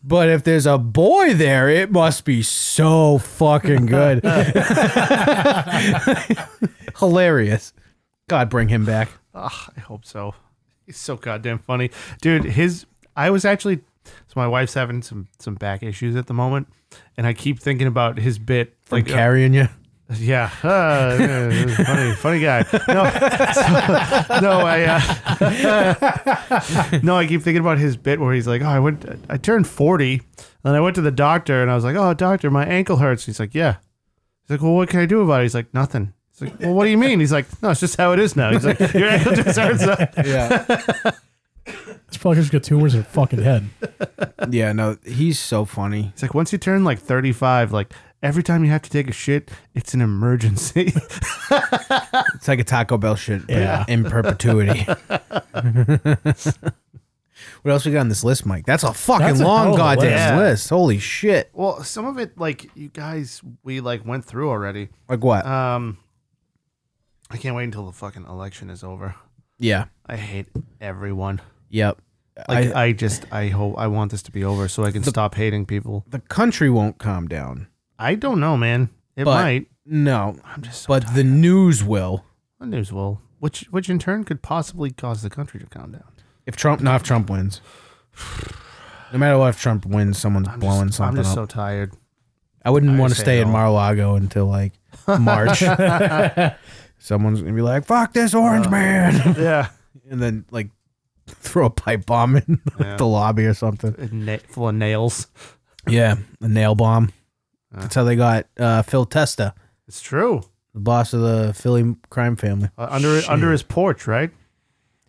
Speaker 1: But if there's a boy there, it must be so fucking good. Hilarious. God, bring him back.
Speaker 3: Ugh, I hope so. He's so goddamn funny, dude. His I was actually so my wife's having some some back issues at the moment, and I keep thinking about his bit
Speaker 1: Like
Speaker 3: like uh,
Speaker 1: carrying you.
Speaker 3: Yeah, Uh, yeah, funny, funny guy. No, no, I, uh, no, I keep thinking about his bit where he's like, "Oh, I went, I turned forty, and I went to the doctor, and I was like, oh, doctor, my ankle hurts.'" He's like, "Yeah." He's like, "Well, what can I do about it?" He's like, "Nothing." He's like, "Well, what do you mean?" He's like, "No, it's just how it is now." He's like, "Your ankle just hurts."
Speaker 1: Yeah.
Speaker 2: this fucker's got tumors in his fucking head.
Speaker 1: yeah, no, he's so funny.
Speaker 3: He's like, "Once you turn like thirty-five, like every time you have to take a shit, it's an emergency."
Speaker 1: It's like a Taco Bell shit but
Speaker 2: Yeah.
Speaker 1: in perpetuity. What else we got on this list, Mike? That's a fucking
Speaker 2: That's a hell
Speaker 1: long
Speaker 2: of a
Speaker 1: goddamn
Speaker 2: list.
Speaker 3: Yeah.
Speaker 1: list. Holy shit!
Speaker 3: Well, some of it, like you guys, we like went through already.
Speaker 1: Like what?
Speaker 3: Um, I can't wait until the fucking election is over.
Speaker 1: yeah.
Speaker 3: I hate everyone.
Speaker 1: Yep.
Speaker 3: Like uh,
Speaker 1: I,
Speaker 3: I, just, I hope, I want this to be over so I can stop hating people.
Speaker 1: the country won't calm down.
Speaker 3: I don't know, man. It
Speaker 1: But-
Speaker 3: might.
Speaker 1: No,
Speaker 3: I'm just so
Speaker 1: but the news will.
Speaker 3: The news will, which, which in turn could possibly cause the country to calm down.
Speaker 1: If Trump, not if Trump wins. No matter what, if Trump wins, someone's
Speaker 3: I'm
Speaker 1: blowing
Speaker 3: just,
Speaker 1: something
Speaker 3: I'm just
Speaker 1: up.
Speaker 3: so tired.
Speaker 1: I wouldn't want to
Speaker 3: say
Speaker 1: stay
Speaker 3: it
Speaker 1: in
Speaker 3: all.
Speaker 1: Mar-a-Lago until like March. Someone's gonna be like, "Fuck this orange
Speaker 3: Uh.
Speaker 1: man,"
Speaker 3: Yeah.
Speaker 1: and then like throw a pipe bomb in the lobby or something.
Speaker 3: Na- full of nails.
Speaker 1: Yeah, a nail bomb. That's how they got uh, Phil Testa,
Speaker 3: It's true.
Speaker 1: the boss of the Philly crime family.
Speaker 3: Uh, under under his porch, right?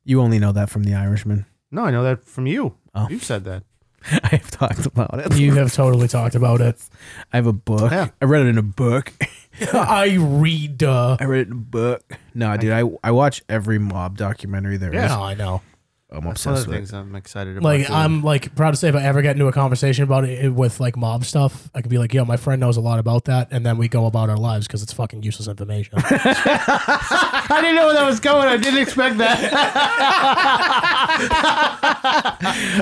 Speaker 1: You only know that from The Irishman.
Speaker 3: No, I know that from you.
Speaker 1: Oh.
Speaker 3: You've said that.
Speaker 1: I have talked about it.
Speaker 2: You have totally talked about it.
Speaker 1: I have a book.
Speaker 3: Yeah.
Speaker 1: I read it in a book.
Speaker 2: I read. Uh,
Speaker 1: I read it in a book. No, dude, I I watch every mob documentary there is.
Speaker 3: Yeah.
Speaker 2: no, I know.
Speaker 1: I'm
Speaker 3: That's one of
Speaker 1: obsessed
Speaker 3: the
Speaker 1: with it.
Speaker 3: things I'm excited about.
Speaker 2: Like
Speaker 3: too.
Speaker 2: I'm like proud to say if I ever get into a conversation about it with like mob stuff, I could be like, "Yo, my friend knows a lot about that," and then we go about our lives because it's fucking useless information.
Speaker 3: I didn't know where that was going. I didn't expect that.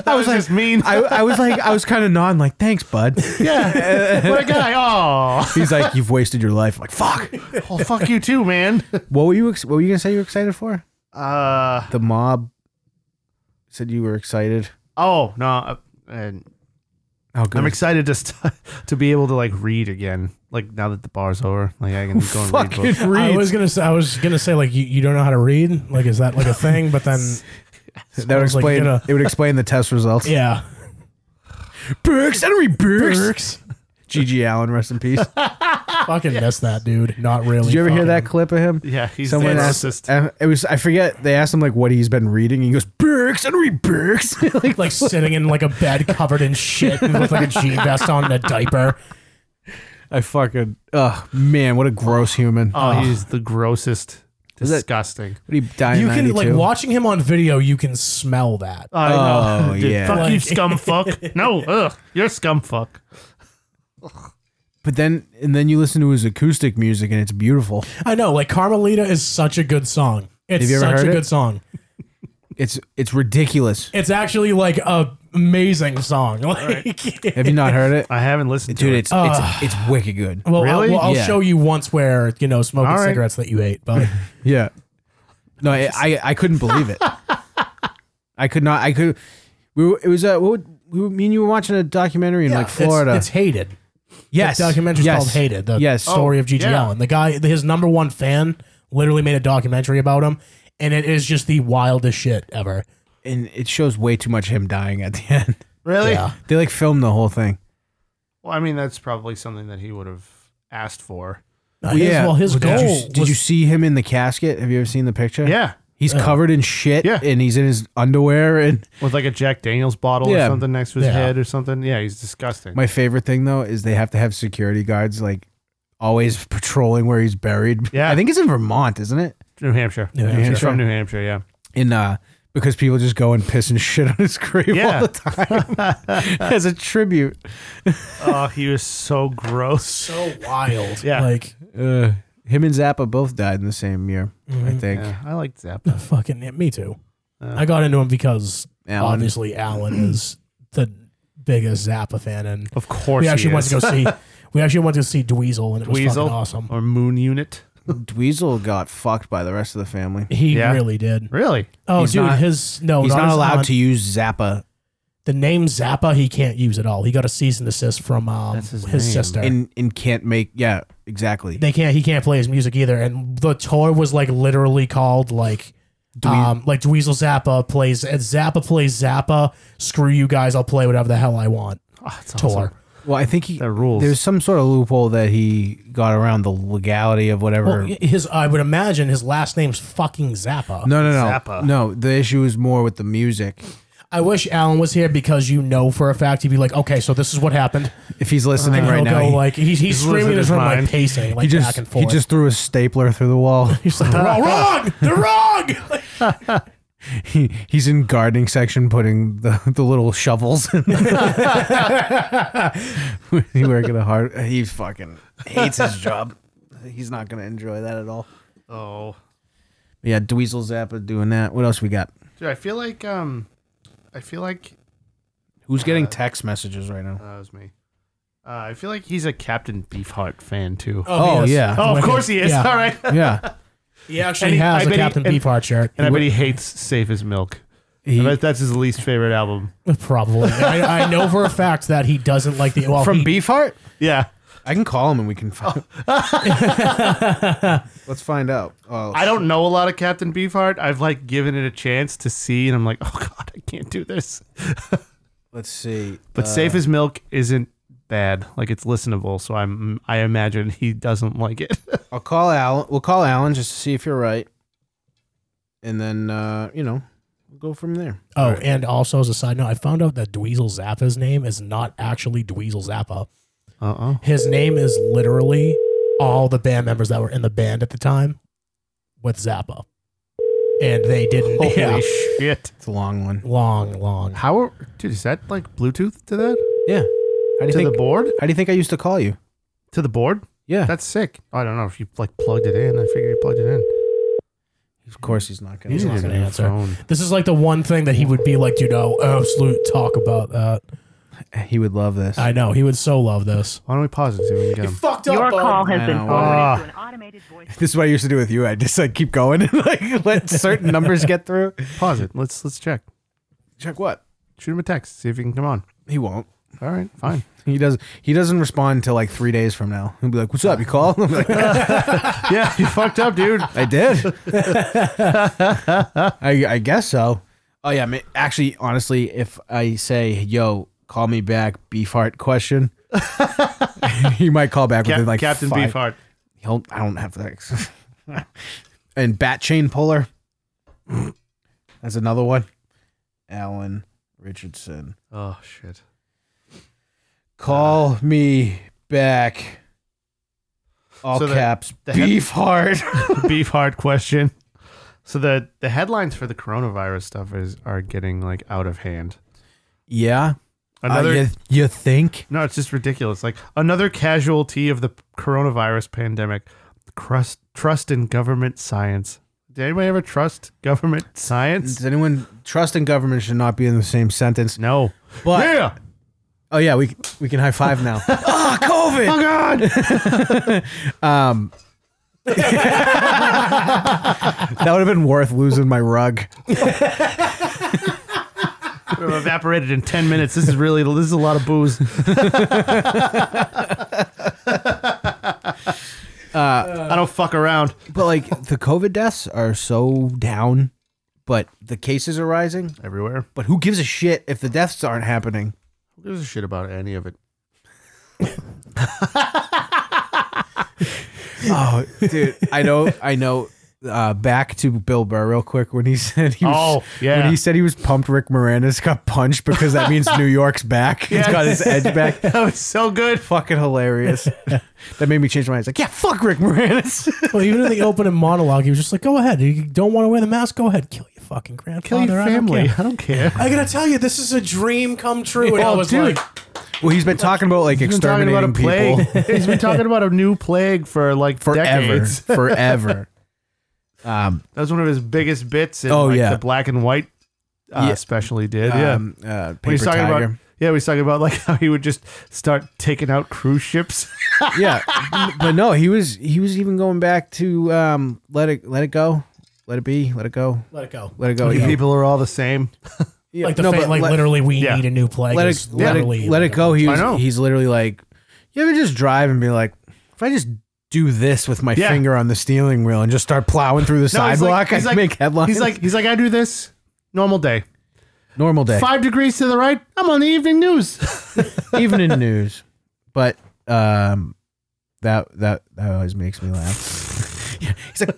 Speaker 3: that was just mean.
Speaker 1: I, I was like, I was kind of nodding, like, thanks, bud.
Speaker 3: yeah. what a guy. Oh.
Speaker 1: He's like, you've wasted your life. I'm like, fuck.
Speaker 3: oh, fuck you too, man.
Speaker 1: What were you? Ex- what were you gonna say? You were excited for
Speaker 3: Uh
Speaker 1: the mob? Said you were excited.
Speaker 3: oh no. uh, And
Speaker 1: Oh, good.
Speaker 3: I'm excited to st- to be able to like read again. Like now that the bar's over, like I can go and read
Speaker 1: Fucking
Speaker 3: books.
Speaker 2: I was gonna say, I was gonna say like you, you don't know how to read. Like, is that like a thing? But then,
Speaker 1: that would
Speaker 2: was like,
Speaker 1: explain.
Speaker 2: you know-
Speaker 1: it would explain the test results.
Speaker 2: yeah,
Speaker 1: Burks, Henry Burks.
Speaker 2: Burks.
Speaker 1: GG Allen, rest in peace.
Speaker 2: fucking miss that dude. Not really.
Speaker 1: Did you ever hear that
Speaker 2: fucking-
Speaker 1: clip of him?
Speaker 3: Yeah, he's
Speaker 1: Someone
Speaker 3: the
Speaker 1: asked.
Speaker 3: narcissist.
Speaker 1: uh, It was. I forget. They asked him like what he's been reading. He goes Burks, Henry Burks. like,
Speaker 2: Like sitting in like a bed covered in shit and with like a jean vest on and a diaper.
Speaker 1: I fucking. Oh man, what a gross human.
Speaker 3: Oh, he's the grossest.
Speaker 1: that-
Speaker 3: Disgusting.
Speaker 1: What he died.
Speaker 2: You
Speaker 1: in
Speaker 2: can like
Speaker 1: 92?
Speaker 2: watching him on video. You can smell that.
Speaker 3: I
Speaker 1: know. Oh,
Speaker 3: Dude,
Speaker 1: yeah.
Speaker 3: Fuck you,
Speaker 2: Like-
Speaker 3: scum fuck. No, ugh, you're scum fuck.
Speaker 1: But then, and then you listen to his acoustic music, and it's beautiful.
Speaker 2: I know. Like Carmelita is such a good song. It's
Speaker 1: Have you ever
Speaker 2: such
Speaker 1: heard
Speaker 2: a
Speaker 1: it?
Speaker 2: good song.
Speaker 1: It's it's ridiculous.
Speaker 2: It's actually like a amazing song. Like,
Speaker 1: Have you not heard it?
Speaker 3: I haven't listened to
Speaker 1: dude
Speaker 3: it.
Speaker 1: it's it's it's wicked good
Speaker 2: well,
Speaker 3: Really?
Speaker 2: I'll, well, I'll
Speaker 1: Yeah.
Speaker 2: show you once where you know smoking
Speaker 3: All right.
Speaker 2: cigarettes that you ate, but
Speaker 1: yeah no I, I i couldn't believe it i could not i could we were, it was uh what would, we were, me and you were watching a documentary in like
Speaker 2: It's-
Speaker 1: florida
Speaker 2: it's hated.
Speaker 1: yes
Speaker 2: The documentary's
Speaker 1: yes.
Speaker 2: called Hated, the
Speaker 1: yes Oh,
Speaker 2: story of G.G.
Speaker 3: yeah.
Speaker 2: Allen. The guy, his number one fan, literally made a documentary about him, and it is just the wildest shit ever.
Speaker 1: and it shows way too much him dying at the end
Speaker 3: really?
Speaker 2: Yeah.
Speaker 1: they like filmed the whole thing
Speaker 3: Well, I mean, that's probably something that he would have asked for.
Speaker 2: Well, his, Well, his
Speaker 1: Oh, Did you-
Speaker 2: goal
Speaker 1: did you see him in the casket have you ever seen the picture
Speaker 3: Yeah,
Speaker 1: he's
Speaker 2: Uh-huh.
Speaker 1: covered in shit
Speaker 3: Yeah.
Speaker 1: and he's in his underwear and
Speaker 3: with like a Jack Daniels bottle
Speaker 1: Yeah.
Speaker 3: or something next to his
Speaker 2: Yeah.
Speaker 3: head or something. Yeah, he's disgusting.
Speaker 1: my favorite thing though is they have to have security guards like always patrolling where he's buried
Speaker 3: Yeah.
Speaker 1: i think it's in vermont isn't it
Speaker 3: New Hampshire. New
Speaker 2: Hampshire.
Speaker 3: He's from New Hampshire. Yeah.
Speaker 1: in uh because people just go and piss and shit on his grave
Speaker 3: Yeah.
Speaker 1: all the time as a tribute.
Speaker 3: oh, he was so gross.
Speaker 2: so wild.
Speaker 3: Yeah.
Speaker 2: Like
Speaker 1: Uh, him and Zappa both died in the same year,
Speaker 2: Mm-hmm.
Speaker 1: I think.
Speaker 3: Yeah, I liked Zap.
Speaker 2: fucking me too.
Speaker 1: Uh,
Speaker 2: I got into him because
Speaker 1: Alan.
Speaker 2: obviously Alan is the biggest Zappa fan, and
Speaker 3: Of course,
Speaker 2: we
Speaker 3: he
Speaker 2: actually went to
Speaker 3: is.
Speaker 2: go see. We actually went to see Dweezil, and it was
Speaker 3: Dweezil
Speaker 2: fucking awesome.
Speaker 3: or Moon Unit.
Speaker 1: Dweezil got fucked by the rest of the family.
Speaker 2: He
Speaker 3: Yeah.
Speaker 2: really did.
Speaker 3: Really?
Speaker 2: Oh,
Speaker 1: He's
Speaker 2: dude,
Speaker 1: not-
Speaker 2: his no,
Speaker 1: He's not
Speaker 2: his
Speaker 1: allowed
Speaker 2: aunt.
Speaker 1: to use Zappa.
Speaker 2: the name Zappa, he can't use at all. He got a cease and desist from um,
Speaker 3: That's his
Speaker 2: his,
Speaker 3: name.
Speaker 2: sister.
Speaker 1: And, and can't make, yeah, exactly.
Speaker 2: they can't. He can't play his music either. And the tour was like literally called like, um, like Dweezil Zappa plays. And Zappa plays Zappa. Screw you guys. I'll play whatever the hell I want.
Speaker 3: Oh, that's
Speaker 2: Tour.
Speaker 3: awesome.
Speaker 1: well, I think he,
Speaker 3: That rules.
Speaker 1: there's some sort of loophole that he got around the legality of whatever.
Speaker 2: Well, his I would imagine his last name's fucking Zappa.
Speaker 1: no, no, no.
Speaker 3: Zappa.
Speaker 1: No, the issue is more with the music.
Speaker 2: I wish Alan was here because you know for a fact he'd be like, okay, so this is what happened.
Speaker 1: If he's listening
Speaker 2: And
Speaker 1: right
Speaker 2: Uh, he'll
Speaker 1: now,
Speaker 2: go
Speaker 1: he,
Speaker 2: like he's, he's
Speaker 3: losing
Speaker 2: screaming in his
Speaker 3: his
Speaker 2: room
Speaker 3: mind.
Speaker 2: like pacing like
Speaker 1: he just,
Speaker 2: back and forth.
Speaker 1: he just threw a stapler through the wall.
Speaker 2: He's like, they're all wrong. They're wrong.
Speaker 1: He, he's in gardening section putting the, the little shovels. In he working a hard. He fucking hates his job. He's not gonna enjoy that at all.
Speaker 3: Oh,
Speaker 1: But yeah, Dweezil Zappa doing that. What else we got?
Speaker 3: dude, I feel like um, I feel like
Speaker 1: Who's getting
Speaker 2: Uh,
Speaker 1: text messages right now?
Speaker 3: uh, that was me. Uh, I feel like he's a Captain Beefheart fan too.
Speaker 1: Oh,
Speaker 2: he is.
Speaker 1: yeah.
Speaker 3: Oh, of course he is.
Speaker 2: Yeah.
Speaker 3: All right,
Speaker 1: Yeah,
Speaker 2: He
Speaker 3: And
Speaker 2: actually
Speaker 3: he- I
Speaker 2: has a
Speaker 3: bet he-
Speaker 2: Captain
Speaker 3: and-
Speaker 2: Beefheart shirt.
Speaker 3: and I bet he hates "Safe as Milk." I
Speaker 1: He-
Speaker 3: bet that's his least favorite album.
Speaker 2: Probably. I, I know for a fact that he doesn't like the. Well,
Speaker 1: from
Speaker 2: he-
Speaker 1: Beefheart.
Speaker 3: Yeah,
Speaker 1: I can call him and we can. Find Let's find out. Oh,
Speaker 3: I don't know a lot of Captain Beefheart. I've like given it a chance to see, and I'm like, oh god, I can't do this.
Speaker 1: let's see. Uh,
Speaker 3: But "Safe as Milk" isn't bad. Like it's listenable, so I'm I imagine he doesn't like it.
Speaker 1: I'll call Alan. We'll call Alan just to see if you're right, and then uh, you know we'll go from there.
Speaker 2: oh, and also as a side note, I found out that Dweezil Zappa's name is not actually Dweezil Zappa.
Speaker 3: uh oh.
Speaker 2: His name is literally all the band members that were in the band at the time with Zappa, and they didn't.
Speaker 3: Holy
Speaker 2: yeah.
Speaker 3: shit!
Speaker 1: It's a long one.
Speaker 2: long, long.
Speaker 3: How are, dude? Is that like Bluetooth to that?
Speaker 1: Yeah. How do you
Speaker 3: to
Speaker 1: think?
Speaker 3: the board?
Speaker 1: how do you think I used to call you?
Speaker 3: To the board?
Speaker 1: Yeah.
Speaker 3: That's sick. I don't know if you like plugged it in. I figured you plugged it in.
Speaker 1: of course, he's not going
Speaker 2: He's
Speaker 1: to.
Speaker 2: not
Speaker 3: even
Speaker 2: gonna
Speaker 3: have a
Speaker 2: answer.
Speaker 3: phone.
Speaker 2: This is like the one thing that he would be like, dude, oh, absolute talk about that.
Speaker 1: He would love this.
Speaker 2: I know he would so love this.
Speaker 3: Why don't we pause and see if we can get him?
Speaker 2: Fucked
Speaker 5: Your call has
Speaker 1: I
Speaker 5: been
Speaker 1: know.
Speaker 5: forwarded to an automated voice.
Speaker 1: this is what I used to do with you. I just like keep going and like let certain numbers get through.
Speaker 3: Pause it. Let's let's check.
Speaker 1: Check what?
Speaker 3: Shoot him a text. See if he can come on.
Speaker 1: He won't.
Speaker 3: All right, fine.
Speaker 1: He does. He doesn't respond until like three days from now. He'll be like, "What's up? You call?" I'm like,
Speaker 3: yeah, you fucked up, dude.
Speaker 1: I did. I, I guess so. Oh yeah, ma- actually, honestly, if I say, "Yo, call me back," Beefheart question, he might call back
Speaker 3: Cap-
Speaker 1: within like
Speaker 3: Captain
Speaker 1: five.
Speaker 3: Beefheart.
Speaker 1: He'll, I don't have that. and bat chain puller. That's another one. Alan Richardson,
Speaker 3: Oh shit. Uh,
Speaker 1: call me back. All
Speaker 3: So the-
Speaker 1: caps,
Speaker 3: the head-
Speaker 1: Beefheart.
Speaker 3: Beefheart question. So the the headlines for the coronavirus stuff is are getting like out of hand.
Speaker 1: yeah. Uh,
Speaker 3: Another
Speaker 1: you, you think?
Speaker 3: No, it's just ridiculous. Like another casualty of the coronavirus pandemic. Trust trust in government science. Did anybody ever trust government science?
Speaker 1: Does anyone trust in government should not be in the same sentence?
Speaker 3: No.
Speaker 1: But
Speaker 3: yeah.
Speaker 1: oh yeah, we we can high five now. Ah, COVID.
Speaker 3: Oh God. Oh,
Speaker 1: Um, That would have been worth losing my rug.
Speaker 3: We're evaporated in ten minutes. This is really this is a lot of booze. Uh, I don't fuck around.
Speaker 1: But like the COVID deaths are so down, but the cases are rising.
Speaker 3: Everywhere.
Speaker 1: But who gives a shit if the deaths aren't happening?
Speaker 3: Who gives a shit about any of it?
Speaker 1: Oh, dude, I know, I know. Uh, back to Bill Burr real quick when he said he was,
Speaker 3: Oh, yeah.
Speaker 1: when he said he was pumped Rick Moranis got punched because that means New York's back. He's got his edge back.
Speaker 3: That was so good.
Speaker 1: fucking hilarious. that made me change my mind. It's like, yeah, fuck Rick Moranis.
Speaker 2: well, even in the opening monologue, he was just like, "Go ahead. You don't want to wear the mask. Go ahead. Kill your fucking grandfather.
Speaker 3: Kill your
Speaker 2: I don't
Speaker 3: family.
Speaker 2: care."
Speaker 3: I don't care.
Speaker 2: I gotta tell you, this is a dream come true. And I
Speaker 3: Oh,
Speaker 2: was
Speaker 3: dude.
Speaker 2: like,
Speaker 1: well, he's been talking about like
Speaker 3: He's been talking
Speaker 1: exterminating
Speaker 3: about a plague.
Speaker 1: people
Speaker 3: He's been talking about a new plague for like
Speaker 1: forever,
Speaker 3: decades.
Speaker 1: forever. Um,
Speaker 3: That was one of his biggest bits in
Speaker 1: Oh,
Speaker 3: like
Speaker 1: yeah.
Speaker 3: the black and white uh,
Speaker 1: Yeah.
Speaker 3: special he did. Yeah.
Speaker 1: um, uh,
Speaker 3: When he's
Speaker 1: paper
Speaker 3: talking
Speaker 1: tiger.
Speaker 3: about yeah, we was talking about like how he would just start taking out cruise ships.
Speaker 1: yeah, but no, he was he was even going back to um, let it let it go, let it be, let it go,
Speaker 2: "Let it go."
Speaker 1: let it go.
Speaker 3: You people are all the same.
Speaker 1: Yeah,
Speaker 2: Like the
Speaker 1: no,
Speaker 2: fa-
Speaker 1: but
Speaker 2: like
Speaker 1: let-
Speaker 2: literally, we
Speaker 3: yeah.
Speaker 2: need a new plague.
Speaker 1: let it
Speaker 2: It's
Speaker 1: let it,
Speaker 2: literally-
Speaker 1: let it go. He
Speaker 3: I
Speaker 1: was,
Speaker 3: know.
Speaker 1: he's literally like, you ever just drive and be like, if I just do this with my
Speaker 3: Yeah.
Speaker 1: finger on the steering wheel and just start plowing through the
Speaker 3: No, he's
Speaker 1: sidewalk,
Speaker 3: he's
Speaker 1: I make headlines.
Speaker 3: He's like he's like I do this normal day.
Speaker 1: normal day,
Speaker 3: Five degrees to the right, I'm on the evening news.
Speaker 1: evening news. But um, that that that always makes me laugh. he's like,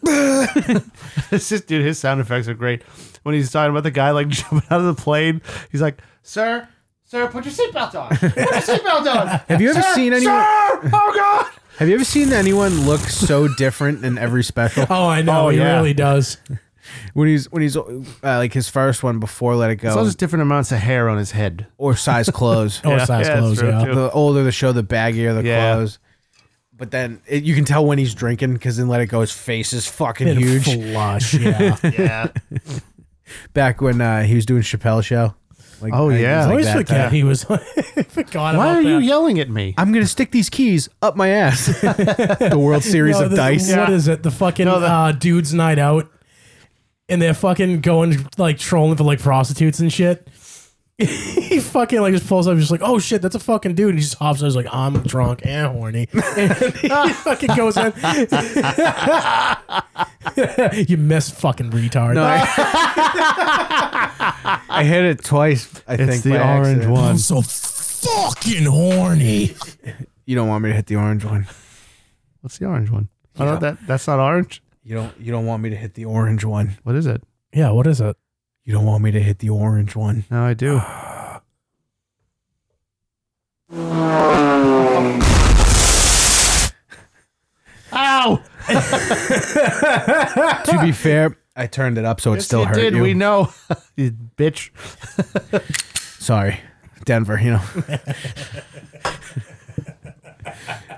Speaker 3: It's just, dude, his sound effects are great. When he's talking about the guy like jumping out of the plane, he's like, "Sir, sir, put your seatbelt on. Put your seatbelt on."
Speaker 1: have you ever seen anyone?
Speaker 3: Sir! Oh God!
Speaker 1: Have you ever seen anyone look so different in every special?
Speaker 2: Oh, I know.
Speaker 3: Oh,
Speaker 2: he
Speaker 3: yeah.
Speaker 2: really does.
Speaker 1: when he's when he's uh, like his first one before Let It
Speaker 3: It's all
Speaker 1: Go
Speaker 3: just different amounts of hair on his head.
Speaker 1: or size clothes.
Speaker 2: Or
Speaker 3: Yeah,
Speaker 2: size
Speaker 3: yeah, that's
Speaker 2: clothes,
Speaker 3: true,
Speaker 2: yeah.
Speaker 3: too.
Speaker 1: the older the show, the baggier the
Speaker 3: Yeah.
Speaker 1: clothes. But then it, you can tell when he's drinking because in Let It Go, his face is fucking
Speaker 2: And
Speaker 1: huge.
Speaker 2: flush, yeah.
Speaker 3: Yeah.
Speaker 1: Back when uh, he was doing Chappelle show, like
Speaker 3: Oh,
Speaker 1: I- he's
Speaker 3: yeah.
Speaker 2: I
Speaker 1: like
Speaker 2: always
Speaker 1: that
Speaker 2: forget
Speaker 1: type.
Speaker 2: he was. I forgot
Speaker 3: Why
Speaker 2: about
Speaker 3: are you
Speaker 2: that.
Speaker 3: yelling at me?
Speaker 1: I'm gonna stick these keys up my ass. the World Series
Speaker 2: No,
Speaker 1: of
Speaker 2: the-
Speaker 1: Dice.
Speaker 2: What
Speaker 3: Yeah.
Speaker 2: is it? The fucking
Speaker 3: No, the-
Speaker 2: uh, dudes' night out, and they're fucking going like trolling for like prostitutes and shit. he fucking like just pulls up, just like, oh shit, that's a fucking dude, and he just hops. I was like, I'm drunk and horny. And he fucking goes in. you miss fucking retard.
Speaker 1: No, I, I hit it twice. I think by accident.
Speaker 3: one.
Speaker 2: so fucking horny.
Speaker 1: You don't want me to hit the orange one.
Speaker 3: What's the orange one? I don't that that's not orange.
Speaker 1: You don't. You don't want me to hit the orange one.
Speaker 3: What is it?
Speaker 2: Yeah, what is it?
Speaker 1: You don't want me to hit the orange one.
Speaker 3: No, I do. Ow!
Speaker 1: to be fair, I turned it up so it still
Speaker 3: you
Speaker 1: hurt
Speaker 3: did,
Speaker 1: you.
Speaker 3: we know. you bitch.
Speaker 1: Sorry, Denver. You know,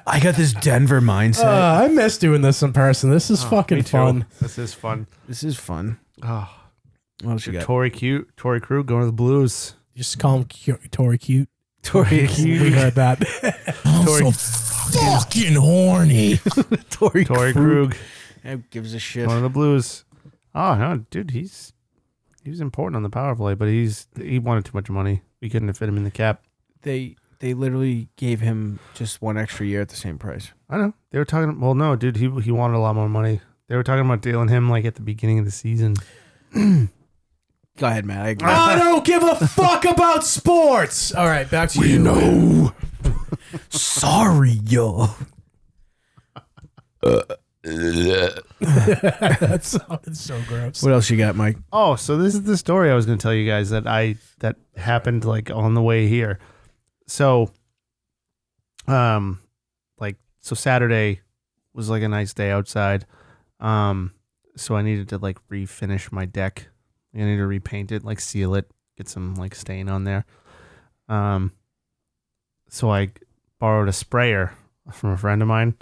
Speaker 1: I got this Denver mindset.
Speaker 2: Uh, I miss doing this in person. This is fucking fun.
Speaker 3: This is fun.
Speaker 1: this is fun.
Speaker 3: Oh,
Speaker 1: What else you got?
Speaker 3: Tory Q, Tory Crew going to the blues.
Speaker 2: Just call him cu- Tory Cute.
Speaker 1: Tory,
Speaker 2: We heard that. I'm
Speaker 3: Tory-
Speaker 2: so fucking horny.
Speaker 1: Tory,
Speaker 3: Tory
Speaker 1: Krug.
Speaker 3: Krug
Speaker 1: Who gives a shit?
Speaker 3: going to the blues. Oh no, dude, he's he was important on the power play, but he's he wanted too much money. We couldn't have fit him in the cap.
Speaker 1: They they literally gave him just one extra year at the same price.
Speaker 3: I know they were talking. Well, no, dude, he he wanted a lot more money. They were talking about dealing him like at the beginning of the season.
Speaker 1: Go ahead,
Speaker 3: Ah!
Speaker 1: Matt. I agree.
Speaker 2: I don't give a fuck about sports. All right, back to you.
Speaker 1: No. Sorry, yo.
Speaker 2: That sounded so gross.
Speaker 1: What else you got, Mike?
Speaker 3: Oh, so this is the story I was going to tell you guys that I that happened like on the way here. So, um, like so Saturday was like a nice day outside. Um, so I needed to like refinish my deck. I needed to repaint it, like seal it, get some like stain on there. Um, so I borrowed a sprayer from a friend of mine,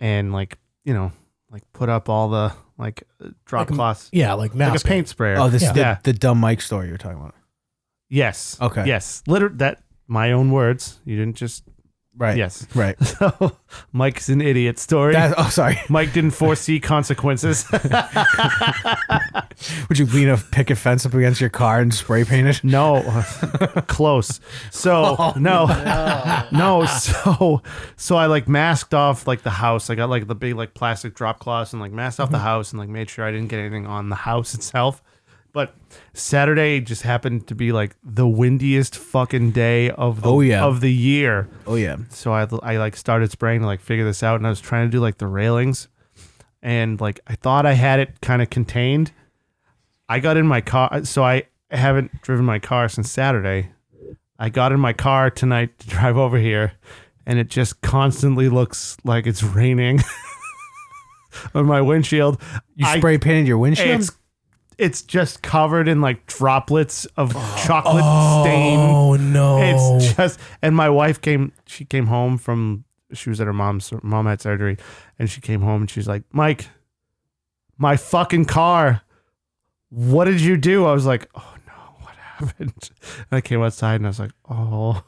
Speaker 3: and like you know, like put up all the like uh, drop
Speaker 2: Like a-
Speaker 3: cloths
Speaker 2: Yeah, like
Speaker 3: like a
Speaker 2: mask.
Speaker 3: paint sprayer.
Speaker 1: Oh, this is
Speaker 3: yeah.
Speaker 1: the, the dumb Mike story you're talking about.
Speaker 3: Yes.
Speaker 1: Okay.
Speaker 3: Yes. Liter- that my own words. You didn't just
Speaker 1: Right.
Speaker 3: yes.
Speaker 1: Right.
Speaker 3: So Mike's an idiot story.
Speaker 1: That, oh, sorry.
Speaker 3: Mike didn't foresee consequences.
Speaker 1: Would you lean a picket fence up against your car and spray paint it?
Speaker 3: no, close. So
Speaker 1: Oh,
Speaker 3: no, no. So so I like masked off like the house. I got like the big like plastic drop cloths and like masked off
Speaker 1: Mm-hmm.
Speaker 3: the house and like made sure I didn't get anything on the house itself. But Saturday just happened to be like the windiest fucking day of the
Speaker 1: Oh, yeah.
Speaker 3: of the year.
Speaker 1: Oh yeah.
Speaker 3: so I, I like started spraying to like figure this out and I was trying to do like the railings and like I thought I had it kind of contained. I got in my car uh, so I haven't driven my car since Saturday. I got in my car tonight to drive over here and it just constantly looks like it's raining on my windshield.
Speaker 1: You
Speaker 3: I-
Speaker 1: spray painted your windshield.
Speaker 3: it's it's just covered in like droplets of
Speaker 1: Oh.
Speaker 3: chocolate stain
Speaker 2: oh no!
Speaker 3: it's just and my wife came she came home from she was at her mom's mom had surgery and she came home and she's like mike my fucking car what did you do i was like oh no what happened and i came outside and i was like oh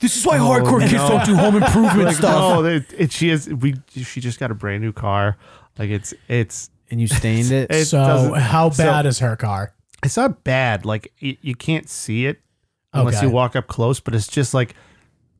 Speaker 1: This is why
Speaker 3: hardcore kids Oh, no. don't
Speaker 1: do home improvement
Speaker 3: like, no it, it, she is we she just got a brand new car like it's it's
Speaker 1: And you stained it.
Speaker 3: it
Speaker 2: so
Speaker 3: doesn't-
Speaker 2: how
Speaker 3: so-
Speaker 2: bad is her car?
Speaker 3: it's not bad like y- you can't see it unless
Speaker 2: Okay.
Speaker 3: you walk up close but it's just like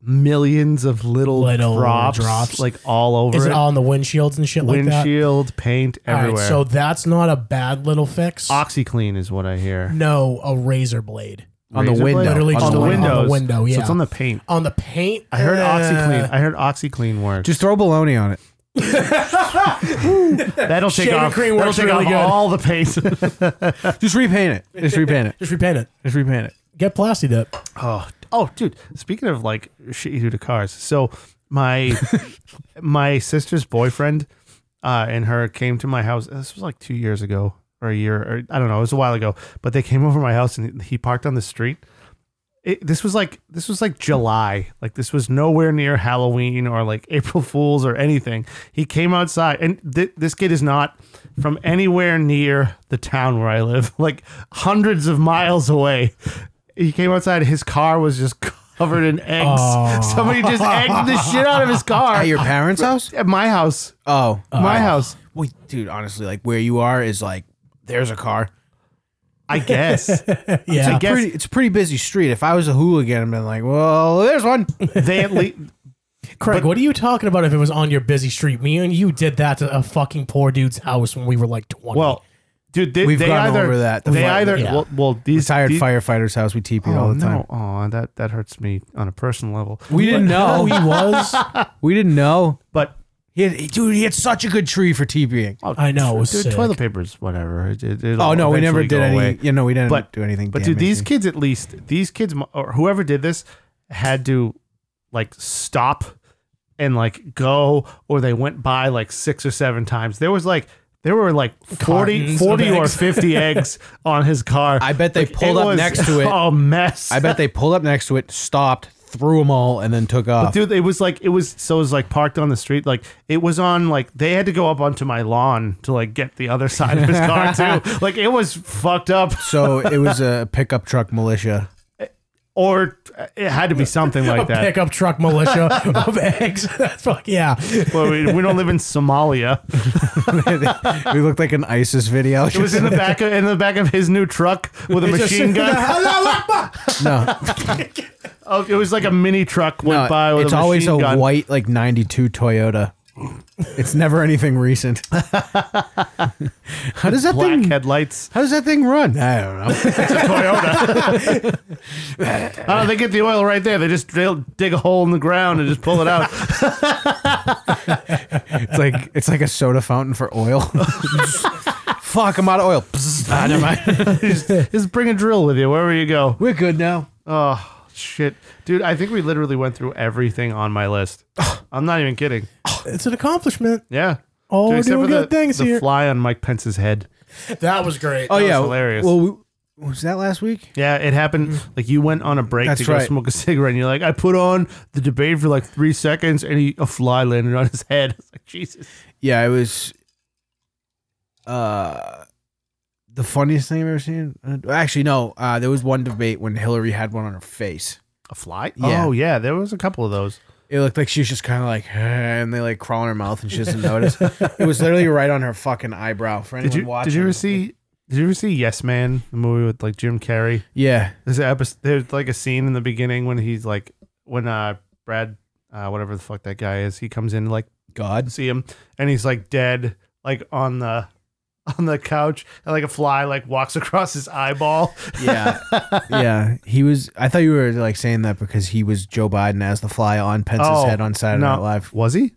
Speaker 3: millions of little,
Speaker 2: Little
Speaker 3: drops,
Speaker 2: drops.
Speaker 3: like all over
Speaker 2: Is it on the windshields and shit like that?
Speaker 3: windshield paint
Speaker 2: All right,
Speaker 3: everywhere.
Speaker 2: so that's not a bad little fix.
Speaker 3: OxyClean is what I hear.
Speaker 2: no, a razor blade
Speaker 1: on the
Speaker 3: Razor blade?
Speaker 1: window.
Speaker 2: Literally
Speaker 1: on
Speaker 2: just
Speaker 1: the
Speaker 2: like-
Speaker 1: window.
Speaker 2: on the window, yeah.
Speaker 3: So it's on the paint.
Speaker 2: on the paint.
Speaker 3: I heard
Speaker 2: uh,
Speaker 3: OxyClean. I heard OxyClean works.
Speaker 1: Just throw baloney on it.
Speaker 3: that'll take
Speaker 2: shaving
Speaker 3: off.
Speaker 2: cream
Speaker 3: that'll
Speaker 2: works
Speaker 3: take
Speaker 2: really
Speaker 3: off
Speaker 2: good.
Speaker 3: all the paint.
Speaker 1: Just repaint it. Just repaint it.
Speaker 2: Just repaint it.
Speaker 1: Just repaint it.
Speaker 2: Get plasti dip.
Speaker 3: oh, oh, dude. Speaking of like shit you do to cars, so my my sister's boyfriend uh, and her came to my house. This was like two years ago or a year, or I don't know, it was a while ago. But they came over my house and he parked on the street. It, this was like this was like July, like this was nowhere near Halloween or like April Fools or anything. He came outside, and th- this kid is not from anywhere near the town where I live, like hundreds of miles away. He came outside. His car was just covered in eggs. Somebody just egged the shit out of his car
Speaker 1: At your parents' house?
Speaker 3: at my house.
Speaker 1: Oh,
Speaker 3: my house.
Speaker 1: Wait, dude, honestly, like where you are is like there's a car.
Speaker 3: I guess.
Speaker 2: Yeah.
Speaker 3: I guess
Speaker 1: Pretty, it's a pretty busy street. If I was a hooligan, I'd been like, well, there's one.
Speaker 3: they at least.
Speaker 2: Craig, what are you talking about if it was on your busy street? Me and you did that to a fucking poor dude's house when we were like 20.
Speaker 3: Well, dude, they,
Speaker 1: We've
Speaker 3: they
Speaker 1: gone
Speaker 3: either
Speaker 1: over that. The
Speaker 3: they
Speaker 1: fire-
Speaker 3: either
Speaker 2: yeah.
Speaker 3: well, well these
Speaker 1: Retired
Speaker 3: these,
Speaker 1: firefighter's house. We TP
Speaker 3: Oh
Speaker 1: all the time.
Speaker 3: no! Oh, that that hurts me on a personal level.
Speaker 1: We didn't
Speaker 2: no, he
Speaker 1: know.
Speaker 2: was.
Speaker 1: we didn't know.
Speaker 3: But
Speaker 1: He had, dude, he had such a good tree for TPing. Oh,
Speaker 2: I know. It was
Speaker 3: dude,
Speaker 2: sick.
Speaker 3: toilet papers, whatever. It, it, it'll
Speaker 1: no, we never
Speaker 3: Oh, eventually
Speaker 1: did
Speaker 3: go
Speaker 1: any.
Speaker 3: away.
Speaker 1: You know, we didn't
Speaker 3: but
Speaker 1: do anything.
Speaker 3: But dude, these
Speaker 1: damaging.
Speaker 3: kids at least these kids mu- or whoever did this had to like stop and like go, or they went by like six or seven times. There was like. There were like 40,
Speaker 2: Cartons of
Speaker 3: 40 or
Speaker 2: eggs.
Speaker 3: 50 eggs on his car.
Speaker 1: I bet they
Speaker 3: Like,
Speaker 1: pulled
Speaker 3: it
Speaker 1: up
Speaker 3: was
Speaker 1: next to it.
Speaker 3: A mess.
Speaker 1: I bet they pulled up next to it, stopped, threw them all, and then took off.
Speaker 3: dude it was like it was so it was like parked on the street like it was on like they had to go up onto my lawn to like get the other side of his car too like it was fucked up
Speaker 1: so it was a pickup truck militia.
Speaker 3: or it had to be something
Speaker 2: a
Speaker 3: like that
Speaker 2: pickup truck militia of eggs. That's fuck yeah.
Speaker 3: well we, we don't live in somalia
Speaker 1: we looked like an ISIS video.
Speaker 3: it was in the back of in the back of his new truck with a
Speaker 2: It's just-
Speaker 3: machine gun
Speaker 1: no,
Speaker 3: oh, it was like a mini truck went
Speaker 1: no,
Speaker 3: by with
Speaker 1: it's
Speaker 3: a machine
Speaker 1: always a
Speaker 3: gun.
Speaker 1: white like '92 Toyota. It's never anything recent. how does that
Speaker 3: black
Speaker 1: thing?
Speaker 3: headlights
Speaker 1: How does that thing run? I don't know.
Speaker 3: oh they get the oil right there they just drill, dig a hole in the ground and just pull it out
Speaker 1: It's like it's like a soda fountain for oil. Fuck, I'm out of oil. Psst. Ah, never mind.
Speaker 3: just, just bring a drill with you wherever you go
Speaker 1: We're good now.
Speaker 3: Oh shit, dude! I think we literally went through everything on my list. I'm not even kidding.
Speaker 2: It's an accomplishment.
Speaker 3: Yeah.
Speaker 2: Oh, we're
Speaker 3: except
Speaker 2: doing
Speaker 3: for
Speaker 2: good
Speaker 3: the,
Speaker 2: things
Speaker 3: the
Speaker 2: here.
Speaker 3: fly on Mike Pence's head.
Speaker 2: That was great.
Speaker 1: Oh
Speaker 3: was
Speaker 1: yeah,
Speaker 3: hilarious.
Speaker 1: Well, we, was that last week?
Speaker 3: Yeah, it happened. Like you went on a break
Speaker 1: Mm-hmm. That's
Speaker 3: to go
Speaker 1: right.
Speaker 3: smoke a cigarette, and you're like, "I put on the debate for like three seconds, and he, a fly landed on his head." It's like Jesus.
Speaker 1: Yeah, it was. Uh, the funniest thing I've ever seen. Uh, Actually, no. Uh, there was one debate when Hillary had one on her face.
Speaker 3: A fly?
Speaker 1: Yeah.
Speaker 3: Oh yeah, there was a couple of those.
Speaker 1: It looked like she was just kind of like, "Eh," and they like crawl in her mouth, and she doesn't notice. It was literally right on her fucking eyebrow. For anyone
Speaker 3: Did you
Speaker 1: watching,
Speaker 3: did you ever see? Did you ever see Yes Man, the movie with like Jim Carrey?
Speaker 1: Yeah,
Speaker 3: There's an episode, there's like a scene in the beginning when he's like when uh Brad uh whatever the fuck that guy is, he comes in like
Speaker 1: God.
Speaker 3: see him and he's like dead like on the on the couch and like a fly like walks across his eyeball.
Speaker 1: Yeah, yeah. He was. I thought you were like saying that because he was Joe Biden as the fly on Pence's
Speaker 3: Oh,
Speaker 1: head on Saturday
Speaker 3: no.
Speaker 1: Night Live.
Speaker 3: Was he?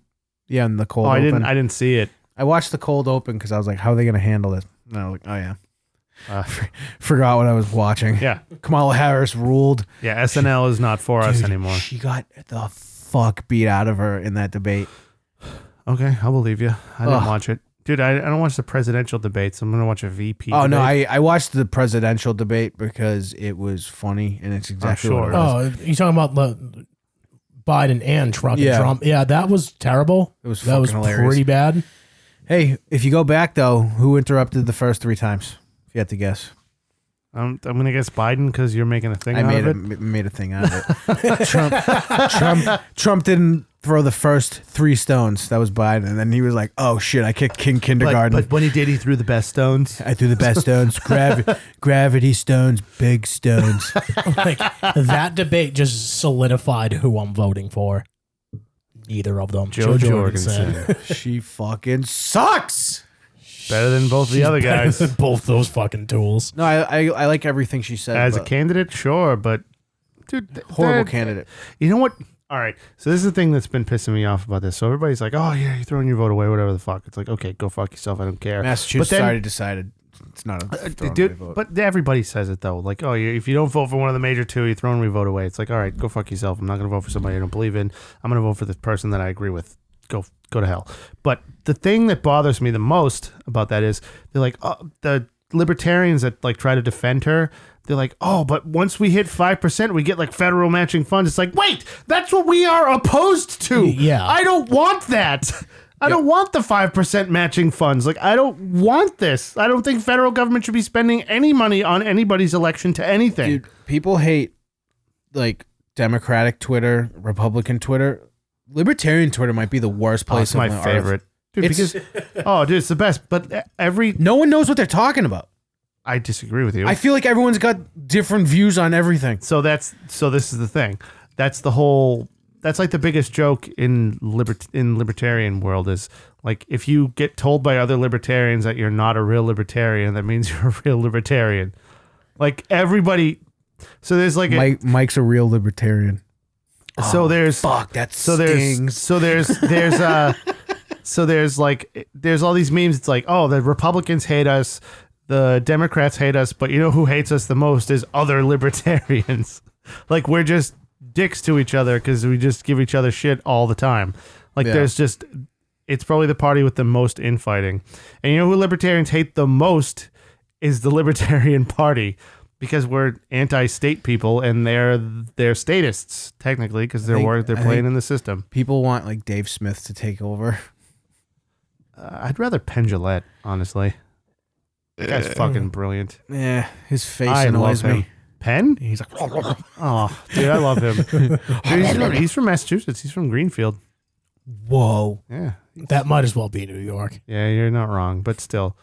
Speaker 1: Yeah, in the cold
Speaker 3: Oh, I
Speaker 1: open.
Speaker 3: didn't I didn't see it.
Speaker 1: I watched the cold open because I was like, how are they going to handle this? And I was like, oh, yeah.
Speaker 3: Uh,
Speaker 1: Forgot what I was watching.
Speaker 3: yeah.
Speaker 1: Kamala Harris ruled.
Speaker 3: Yeah, SNL is not for us
Speaker 1: Dude,
Speaker 3: anymore.
Speaker 1: She got the fuck beat out of her in that debate.
Speaker 3: Okay, I'll believe you. I didn't
Speaker 1: Ugh.
Speaker 3: watch it. Dude, I, I don't watch the presidential debates. I'm gonna watch a VP.
Speaker 1: Oh, no.
Speaker 3: debate.
Speaker 1: I, I watched the presidential debate because it was funny and it's exactly what
Speaker 3: sure.
Speaker 1: it was.
Speaker 2: Oh, you talking about the Biden and Trump?
Speaker 1: Yeah.
Speaker 2: And Trump. Yeah, that was terrible.
Speaker 1: It was
Speaker 2: that was
Speaker 1: fucking hilarious.
Speaker 2: pretty bad.
Speaker 1: Hey, if you go back, though, who interrupted the first three times? If you had to guess,
Speaker 3: I'm, I'm gonna guess Biden because you're making a thing
Speaker 1: I
Speaker 3: out
Speaker 1: made
Speaker 3: of
Speaker 1: a,
Speaker 3: it.
Speaker 1: m- made a thing out of it. Trump, Trump, Trump didn't throw the first three stones. That was Biden. And then he was like, oh, shit, I kicked King Kindergarten.
Speaker 3: when he did, he threw the best stones.
Speaker 1: I threw the best stones, gravi- gravity stones, big stones.
Speaker 2: Like that debate just solidified who I'm voting for. Neither of them.
Speaker 3: Joe
Speaker 1: she fucking sucks.
Speaker 3: Better than both the other guys.
Speaker 2: Both those fucking tools.
Speaker 1: No, I I, I like everything she said.
Speaker 3: As a
Speaker 1: but
Speaker 3: candidate, sure, but dude, th-
Speaker 1: horrible
Speaker 3: that-
Speaker 1: candidate.
Speaker 3: You know what? All right. So this is the thing that's been pissing me off about this. So everybody's like, "Oh yeah, you're throwing your vote away, whatever the fuck." It's like, okay, go fuck yourself. I don't care.
Speaker 1: Massachusetts
Speaker 3: then-
Speaker 1: already decided it's not a
Speaker 3: Uh,
Speaker 1: throwing
Speaker 3: dude,
Speaker 1: away vote.
Speaker 3: but everybody says it though. Like, oh, you if you don't vote for one of the major two, you're throwing your vote away. It's like, all right, go fuck yourself. I'm not gonna vote for somebody I don't believe in. I'm gonna vote for the person that I agree with. Go, go to hell. But the thing that bothers me the most about that is they're like, oh, the libertarians that like try to defend her. They're like, oh, but once we hit five percent, we get like federal matching funds. It's like, wait, that's what we are opposed to.
Speaker 2: Yeah.
Speaker 3: I don't want that. I don't want the five percent matching funds. Like, I don't want this. I don't think federal government should be spending any money on anybody's election to anything.
Speaker 1: Dude, people hate like Democratic Twitter, Republican Twitter. Libertarian Twitter might be the worst place.
Speaker 3: That's Oh,
Speaker 1: on
Speaker 3: my
Speaker 1: the earth.
Speaker 3: favorite. Dude,
Speaker 1: It's-
Speaker 3: because oh, dude, it's the best. But every
Speaker 1: No one knows what they're talking about.
Speaker 3: I disagree with you.
Speaker 1: I feel like everyone's got different views on everything.
Speaker 3: so that's so this is the thing. That's the whole. That's like the biggest joke in libert in libertarian world is like if you get told by other libertarians that you're not a real libertarian, that means you're a real libertarian. Like everybody. So there's like a,
Speaker 1: Mike, Mike's a real libertarian.
Speaker 3: so there's
Speaker 1: Oh, Fuck, that
Speaker 3: so there's
Speaker 1: stings.
Speaker 3: so there's there's uh so there's like there's all these memes it's like oh the republicans hate us the democrats hate us but you know who hates us the most is other libertarians like we're just dicks to each other because we just give each other shit all the time like
Speaker 1: Yeah.
Speaker 3: there's just it's probably the party with the most infighting and you know who libertarians hate the most is the libertarian party because we're anti-state people and they're they're statists technically because they're
Speaker 1: think-
Speaker 3: work they're
Speaker 1: I
Speaker 3: playing
Speaker 1: think-
Speaker 3: in the system
Speaker 1: People want like Dave Smith to take over.
Speaker 3: I'd rather Penn Jillette, honestly. That guy's fucking brilliant.
Speaker 1: Yeah, his face
Speaker 3: I
Speaker 1: Eh. annoys
Speaker 3: love him.
Speaker 1: me.
Speaker 3: Penn?
Speaker 1: He's like,
Speaker 3: Oh, dude, I love him. Dude, he's, from, he's from Massachusetts. He's from Greenfield.
Speaker 1: whoa.
Speaker 3: Yeah.
Speaker 2: That might as well be New York.
Speaker 3: Yeah, you're not wrong, but still.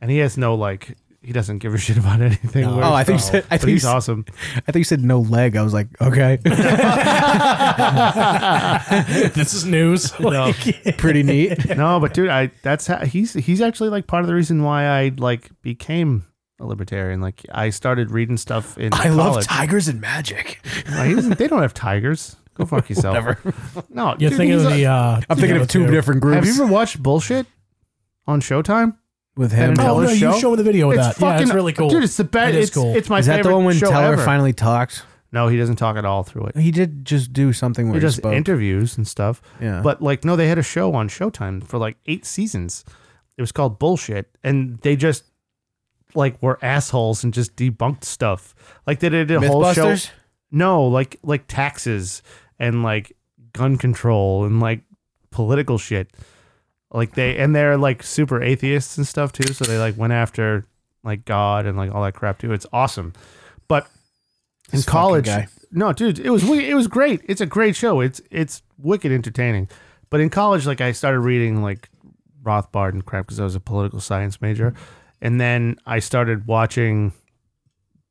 Speaker 3: And he has no, like, he doesn't give a shit about anything.
Speaker 2: No.
Speaker 3: where
Speaker 1: Oh,
Speaker 3: he's
Speaker 1: I think
Speaker 3: from.
Speaker 1: so- I
Speaker 3: But
Speaker 1: think
Speaker 3: he's
Speaker 1: so.
Speaker 3: awesome.
Speaker 1: I think he said no leg. I was like, okay,
Speaker 2: this is news. Like,
Speaker 1: pretty neat.
Speaker 3: No, but dude, I that's how, he's he's actually like part of the reason why I like became a libertarian. Like I started reading stuff in
Speaker 1: I love
Speaker 3: college.
Speaker 1: tigers and magic.
Speaker 3: No, he doesn't- they don't have tigers. Go fuck yourself. No,
Speaker 2: You're
Speaker 3: dude,
Speaker 2: thinking
Speaker 3: he's
Speaker 2: of
Speaker 3: a-
Speaker 2: the. Uh,
Speaker 1: I'm thinking of two different groups.
Speaker 3: Have you ever watched Bullshit on Showtime?
Speaker 1: with him?
Speaker 2: Oh no,
Speaker 3: Teller's
Speaker 2: you
Speaker 3: show?
Speaker 2: showed me the video of
Speaker 3: It's
Speaker 2: that. yeah, it's really cool.
Speaker 3: dude. It's the best.
Speaker 2: It is
Speaker 3: it's,
Speaker 2: cool.
Speaker 3: it's my
Speaker 1: Is that
Speaker 3: favorite
Speaker 1: the one when
Speaker 3: show
Speaker 1: Teller
Speaker 3: ever.
Speaker 1: finally talks?
Speaker 3: No, he doesn't talk at all through it.
Speaker 1: He did just do something where
Speaker 3: He
Speaker 1: he,
Speaker 3: does
Speaker 1: spoke.
Speaker 3: interviews and stuff.
Speaker 1: Yeah.
Speaker 3: But like, no, they had a show on Showtime for like eight seasons. It was called Bullshit, and they just like were assholes and just debunked stuff. Like they did a whole show.
Speaker 1: Mythbusters?
Speaker 3: No, like like taxes and like gun control and like political shit. Like they and they're like super atheists and stuff too, so they like went after like God and like all that crap too. It's awesome. But in
Speaker 1: This fucking
Speaker 3: college
Speaker 1: guy.
Speaker 3: No, dude, it was wi- it was great. It's a great show. It's it's wicked entertaining. But in college like I started reading like Rothbard and crap cuz I was a political science major. And then I started watching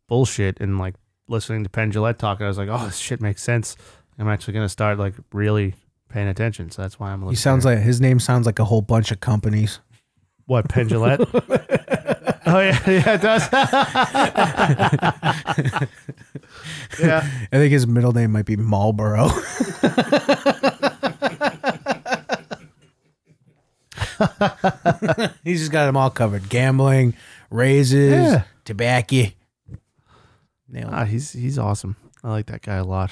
Speaker 3: bullshit and like listening to Penn Jillette talk, and I was like, oh, this shit makes sense. I'm actually gonna start like really paying attention. So that's why I'm.
Speaker 1: He sounds like his name sounds like a whole bunch of companies.
Speaker 3: what Penn Jillette? oh yeah, yeah, it does. yeah,
Speaker 1: I think his middle name might be Marlboro. He's just got them all covered: gambling, raises,
Speaker 3: Yeah.
Speaker 1: tobacco. Nailed it.
Speaker 3: Ah, he's he's awesome. I like that guy a lot.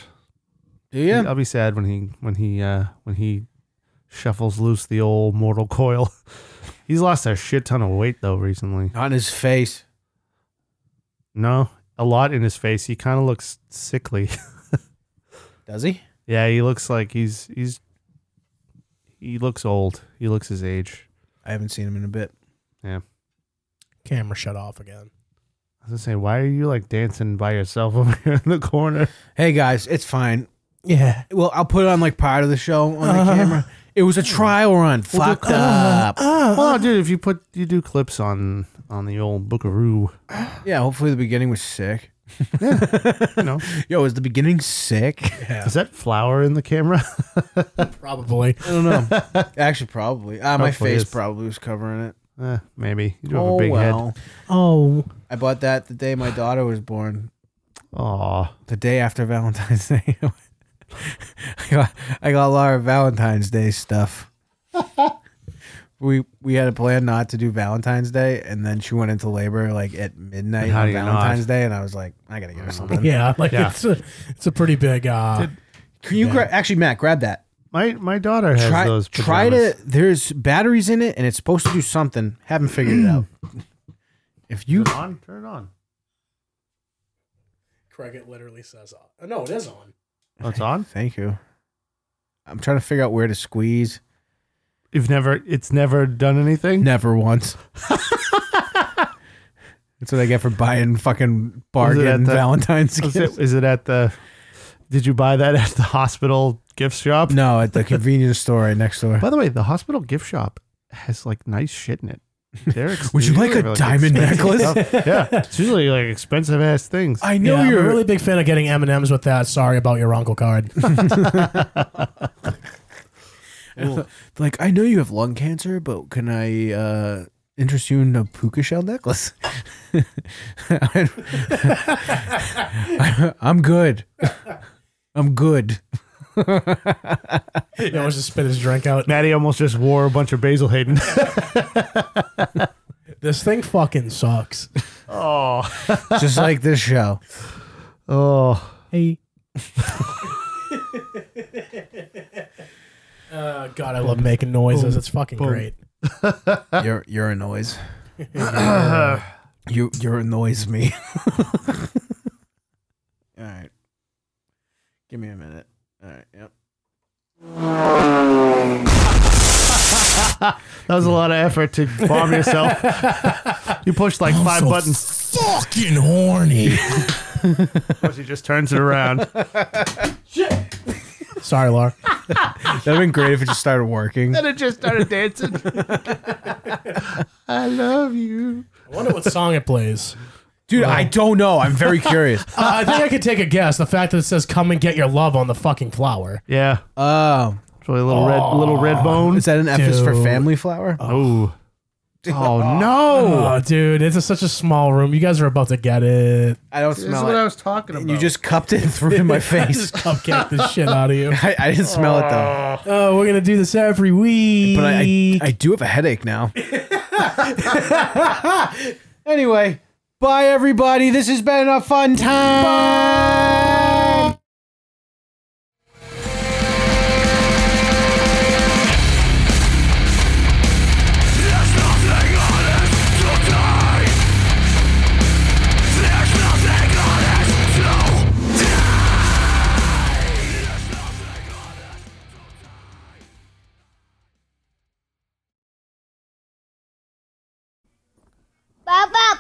Speaker 1: Do you?
Speaker 3: I'll be sad when he when he uh when he shuffles loose the old mortal coil. he's lost a shit ton of weight though recently.
Speaker 1: Not in his face.
Speaker 3: No, a lot in his face. He kind of looks sickly.
Speaker 1: Does he?
Speaker 3: Yeah, he looks like he's he's he looks old. He looks his age.
Speaker 1: I haven't seen him in a bit.
Speaker 2: camera shut off again.
Speaker 3: I was gonna say, why are you like dancing by yourself over here in the corner?
Speaker 1: Hey guys, it's fine.
Speaker 2: Yeah.
Speaker 1: Well, I'll put it on like part of the show on
Speaker 3: Uh-huh.
Speaker 1: the camera. It was a trial run. Fucked up.
Speaker 3: Well, dude, if you put you do clips on on the old Bookaroo,
Speaker 1: yeah, hopefully the beginning was sick.
Speaker 3: you know,
Speaker 1: Yo, is the beginning sick?
Speaker 3: is that flower in the camera?
Speaker 2: Probably.
Speaker 1: I don't know. Actually, probably. Ah, my
Speaker 3: Hopefully
Speaker 1: face
Speaker 3: it's-
Speaker 1: probably was covering it.
Speaker 3: eh, maybe you do have
Speaker 1: Oh
Speaker 3: a big
Speaker 1: well.
Speaker 3: head.
Speaker 2: Oh.
Speaker 1: I bought that the day my daughter was born.
Speaker 3: Aw,
Speaker 1: The day after Valentine's Day. I got I got Laura Valentine's Day stuff. we we had a plan not to do Valentine's Day, and then she went into labor like at midnight
Speaker 3: How
Speaker 1: on
Speaker 3: do you not?
Speaker 1: Valentine's Day, and I was like, I gotta give her something.
Speaker 2: Yeah. Like
Speaker 3: Yeah.
Speaker 2: it's a it's a pretty big. Uh,
Speaker 1: Can you gra- actually, Matt, grab that.
Speaker 3: my my daughter has
Speaker 1: Try
Speaker 3: those.
Speaker 1: try
Speaker 3: pajamas.
Speaker 1: to. There's batteries in it, and it's supposed to do something. Haven't figured it out. If you
Speaker 3: Turn it on. Turn it on.
Speaker 2: Craig literally says, uh, "No, it is on."
Speaker 3: Oh, it's on.
Speaker 1: thank you, I'm trying to figure out where to squeeze.
Speaker 3: You've never. It's never done anything.
Speaker 1: Never once. That's what I get for buying fucking bargain
Speaker 3: at the-
Speaker 1: Valentine's
Speaker 3: Is
Speaker 1: gifts.
Speaker 3: it, is it at the? Did you buy that at the hospital gift shop?
Speaker 1: No, at the convenience store right next door.
Speaker 3: By the way, the hospital gift shop has like nice shit in it. They're ex-
Speaker 1: Would you
Speaker 3: they're
Speaker 1: like a
Speaker 3: really
Speaker 1: diamond necklace?
Speaker 3: expensive. Oh, yeah, it's usually like expensive ass things.
Speaker 1: I
Speaker 2: No,
Speaker 1: know
Speaker 2: yeah, you're
Speaker 1: you're
Speaker 2: I'm a really big fan of getting M and M's with that. Sorry about your uncle card.
Speaker 1: Well, like I know you have lung cancer, but can I uh, interest you in a puka shell necklace? I, am good. I'm good.
Speaker 2: he always just spit his drink out.
Speaker 3: Maddie almost just wore a bunch of Basil Hayden.
Speaker 2: This thing fucking sucks.
Speaker 3: oh,
Speaker 1: Just like this show.
Speaker 3: oh,
Speaker 2: Hey. uh, God, I love making noises. It's fucking great.
Speaker 1: You're you're a noise. you you're annoys me. All right. Give me a minute. All right. Yep.
Speaker 3: that was a lot of effort to bomb yourself. you pushed like five buttons.
Speaker 2: Fucking horny.
Speaker 3: Plus he just turns it around.
Speaker 2: Sorry, Laura.
Speaker 1: That'd been great if it just started working.
Speaker 3: and it just started dancing. I love you.
Speaker 2: I wonder what song it plays.
Speaker 1: Dude, I don't know. I'm very curious.
Speaker 2: Uh, I think I could take a guess. The fact that it says "Come and get your love" on the fucking flower.
Speaker 3: Yeah.
Speaker 1: Oh,
Speaker 3: It's really a little red little red bone.
Speaker 1: is that an F is for
Speaker 2: Dude.
Speaker 1: family flower?
Speaker 3: Oh. Oh no.
Speaker 2: Oh, dude, it's a, such a small room. You guys are about to get it.
Speaker 1: I don't
Speaker 3: This is
Speaker 1: smell
Speaker 3: what
Speaker 1: it.
Speaker 3: I was talking about.
Speaker 1: and you just cupped it and threw it in my face.
Speaker 2: Cupcake the shit out of you.
Speaker 1: I, I didn't smell it though.
Speaker 2: Oh, we're gonna do this every week.
Speaker 1: But I, I, I do have a headache now. anyway, bye everybody. This has been a fun time.
Speaker 5: Bye bye.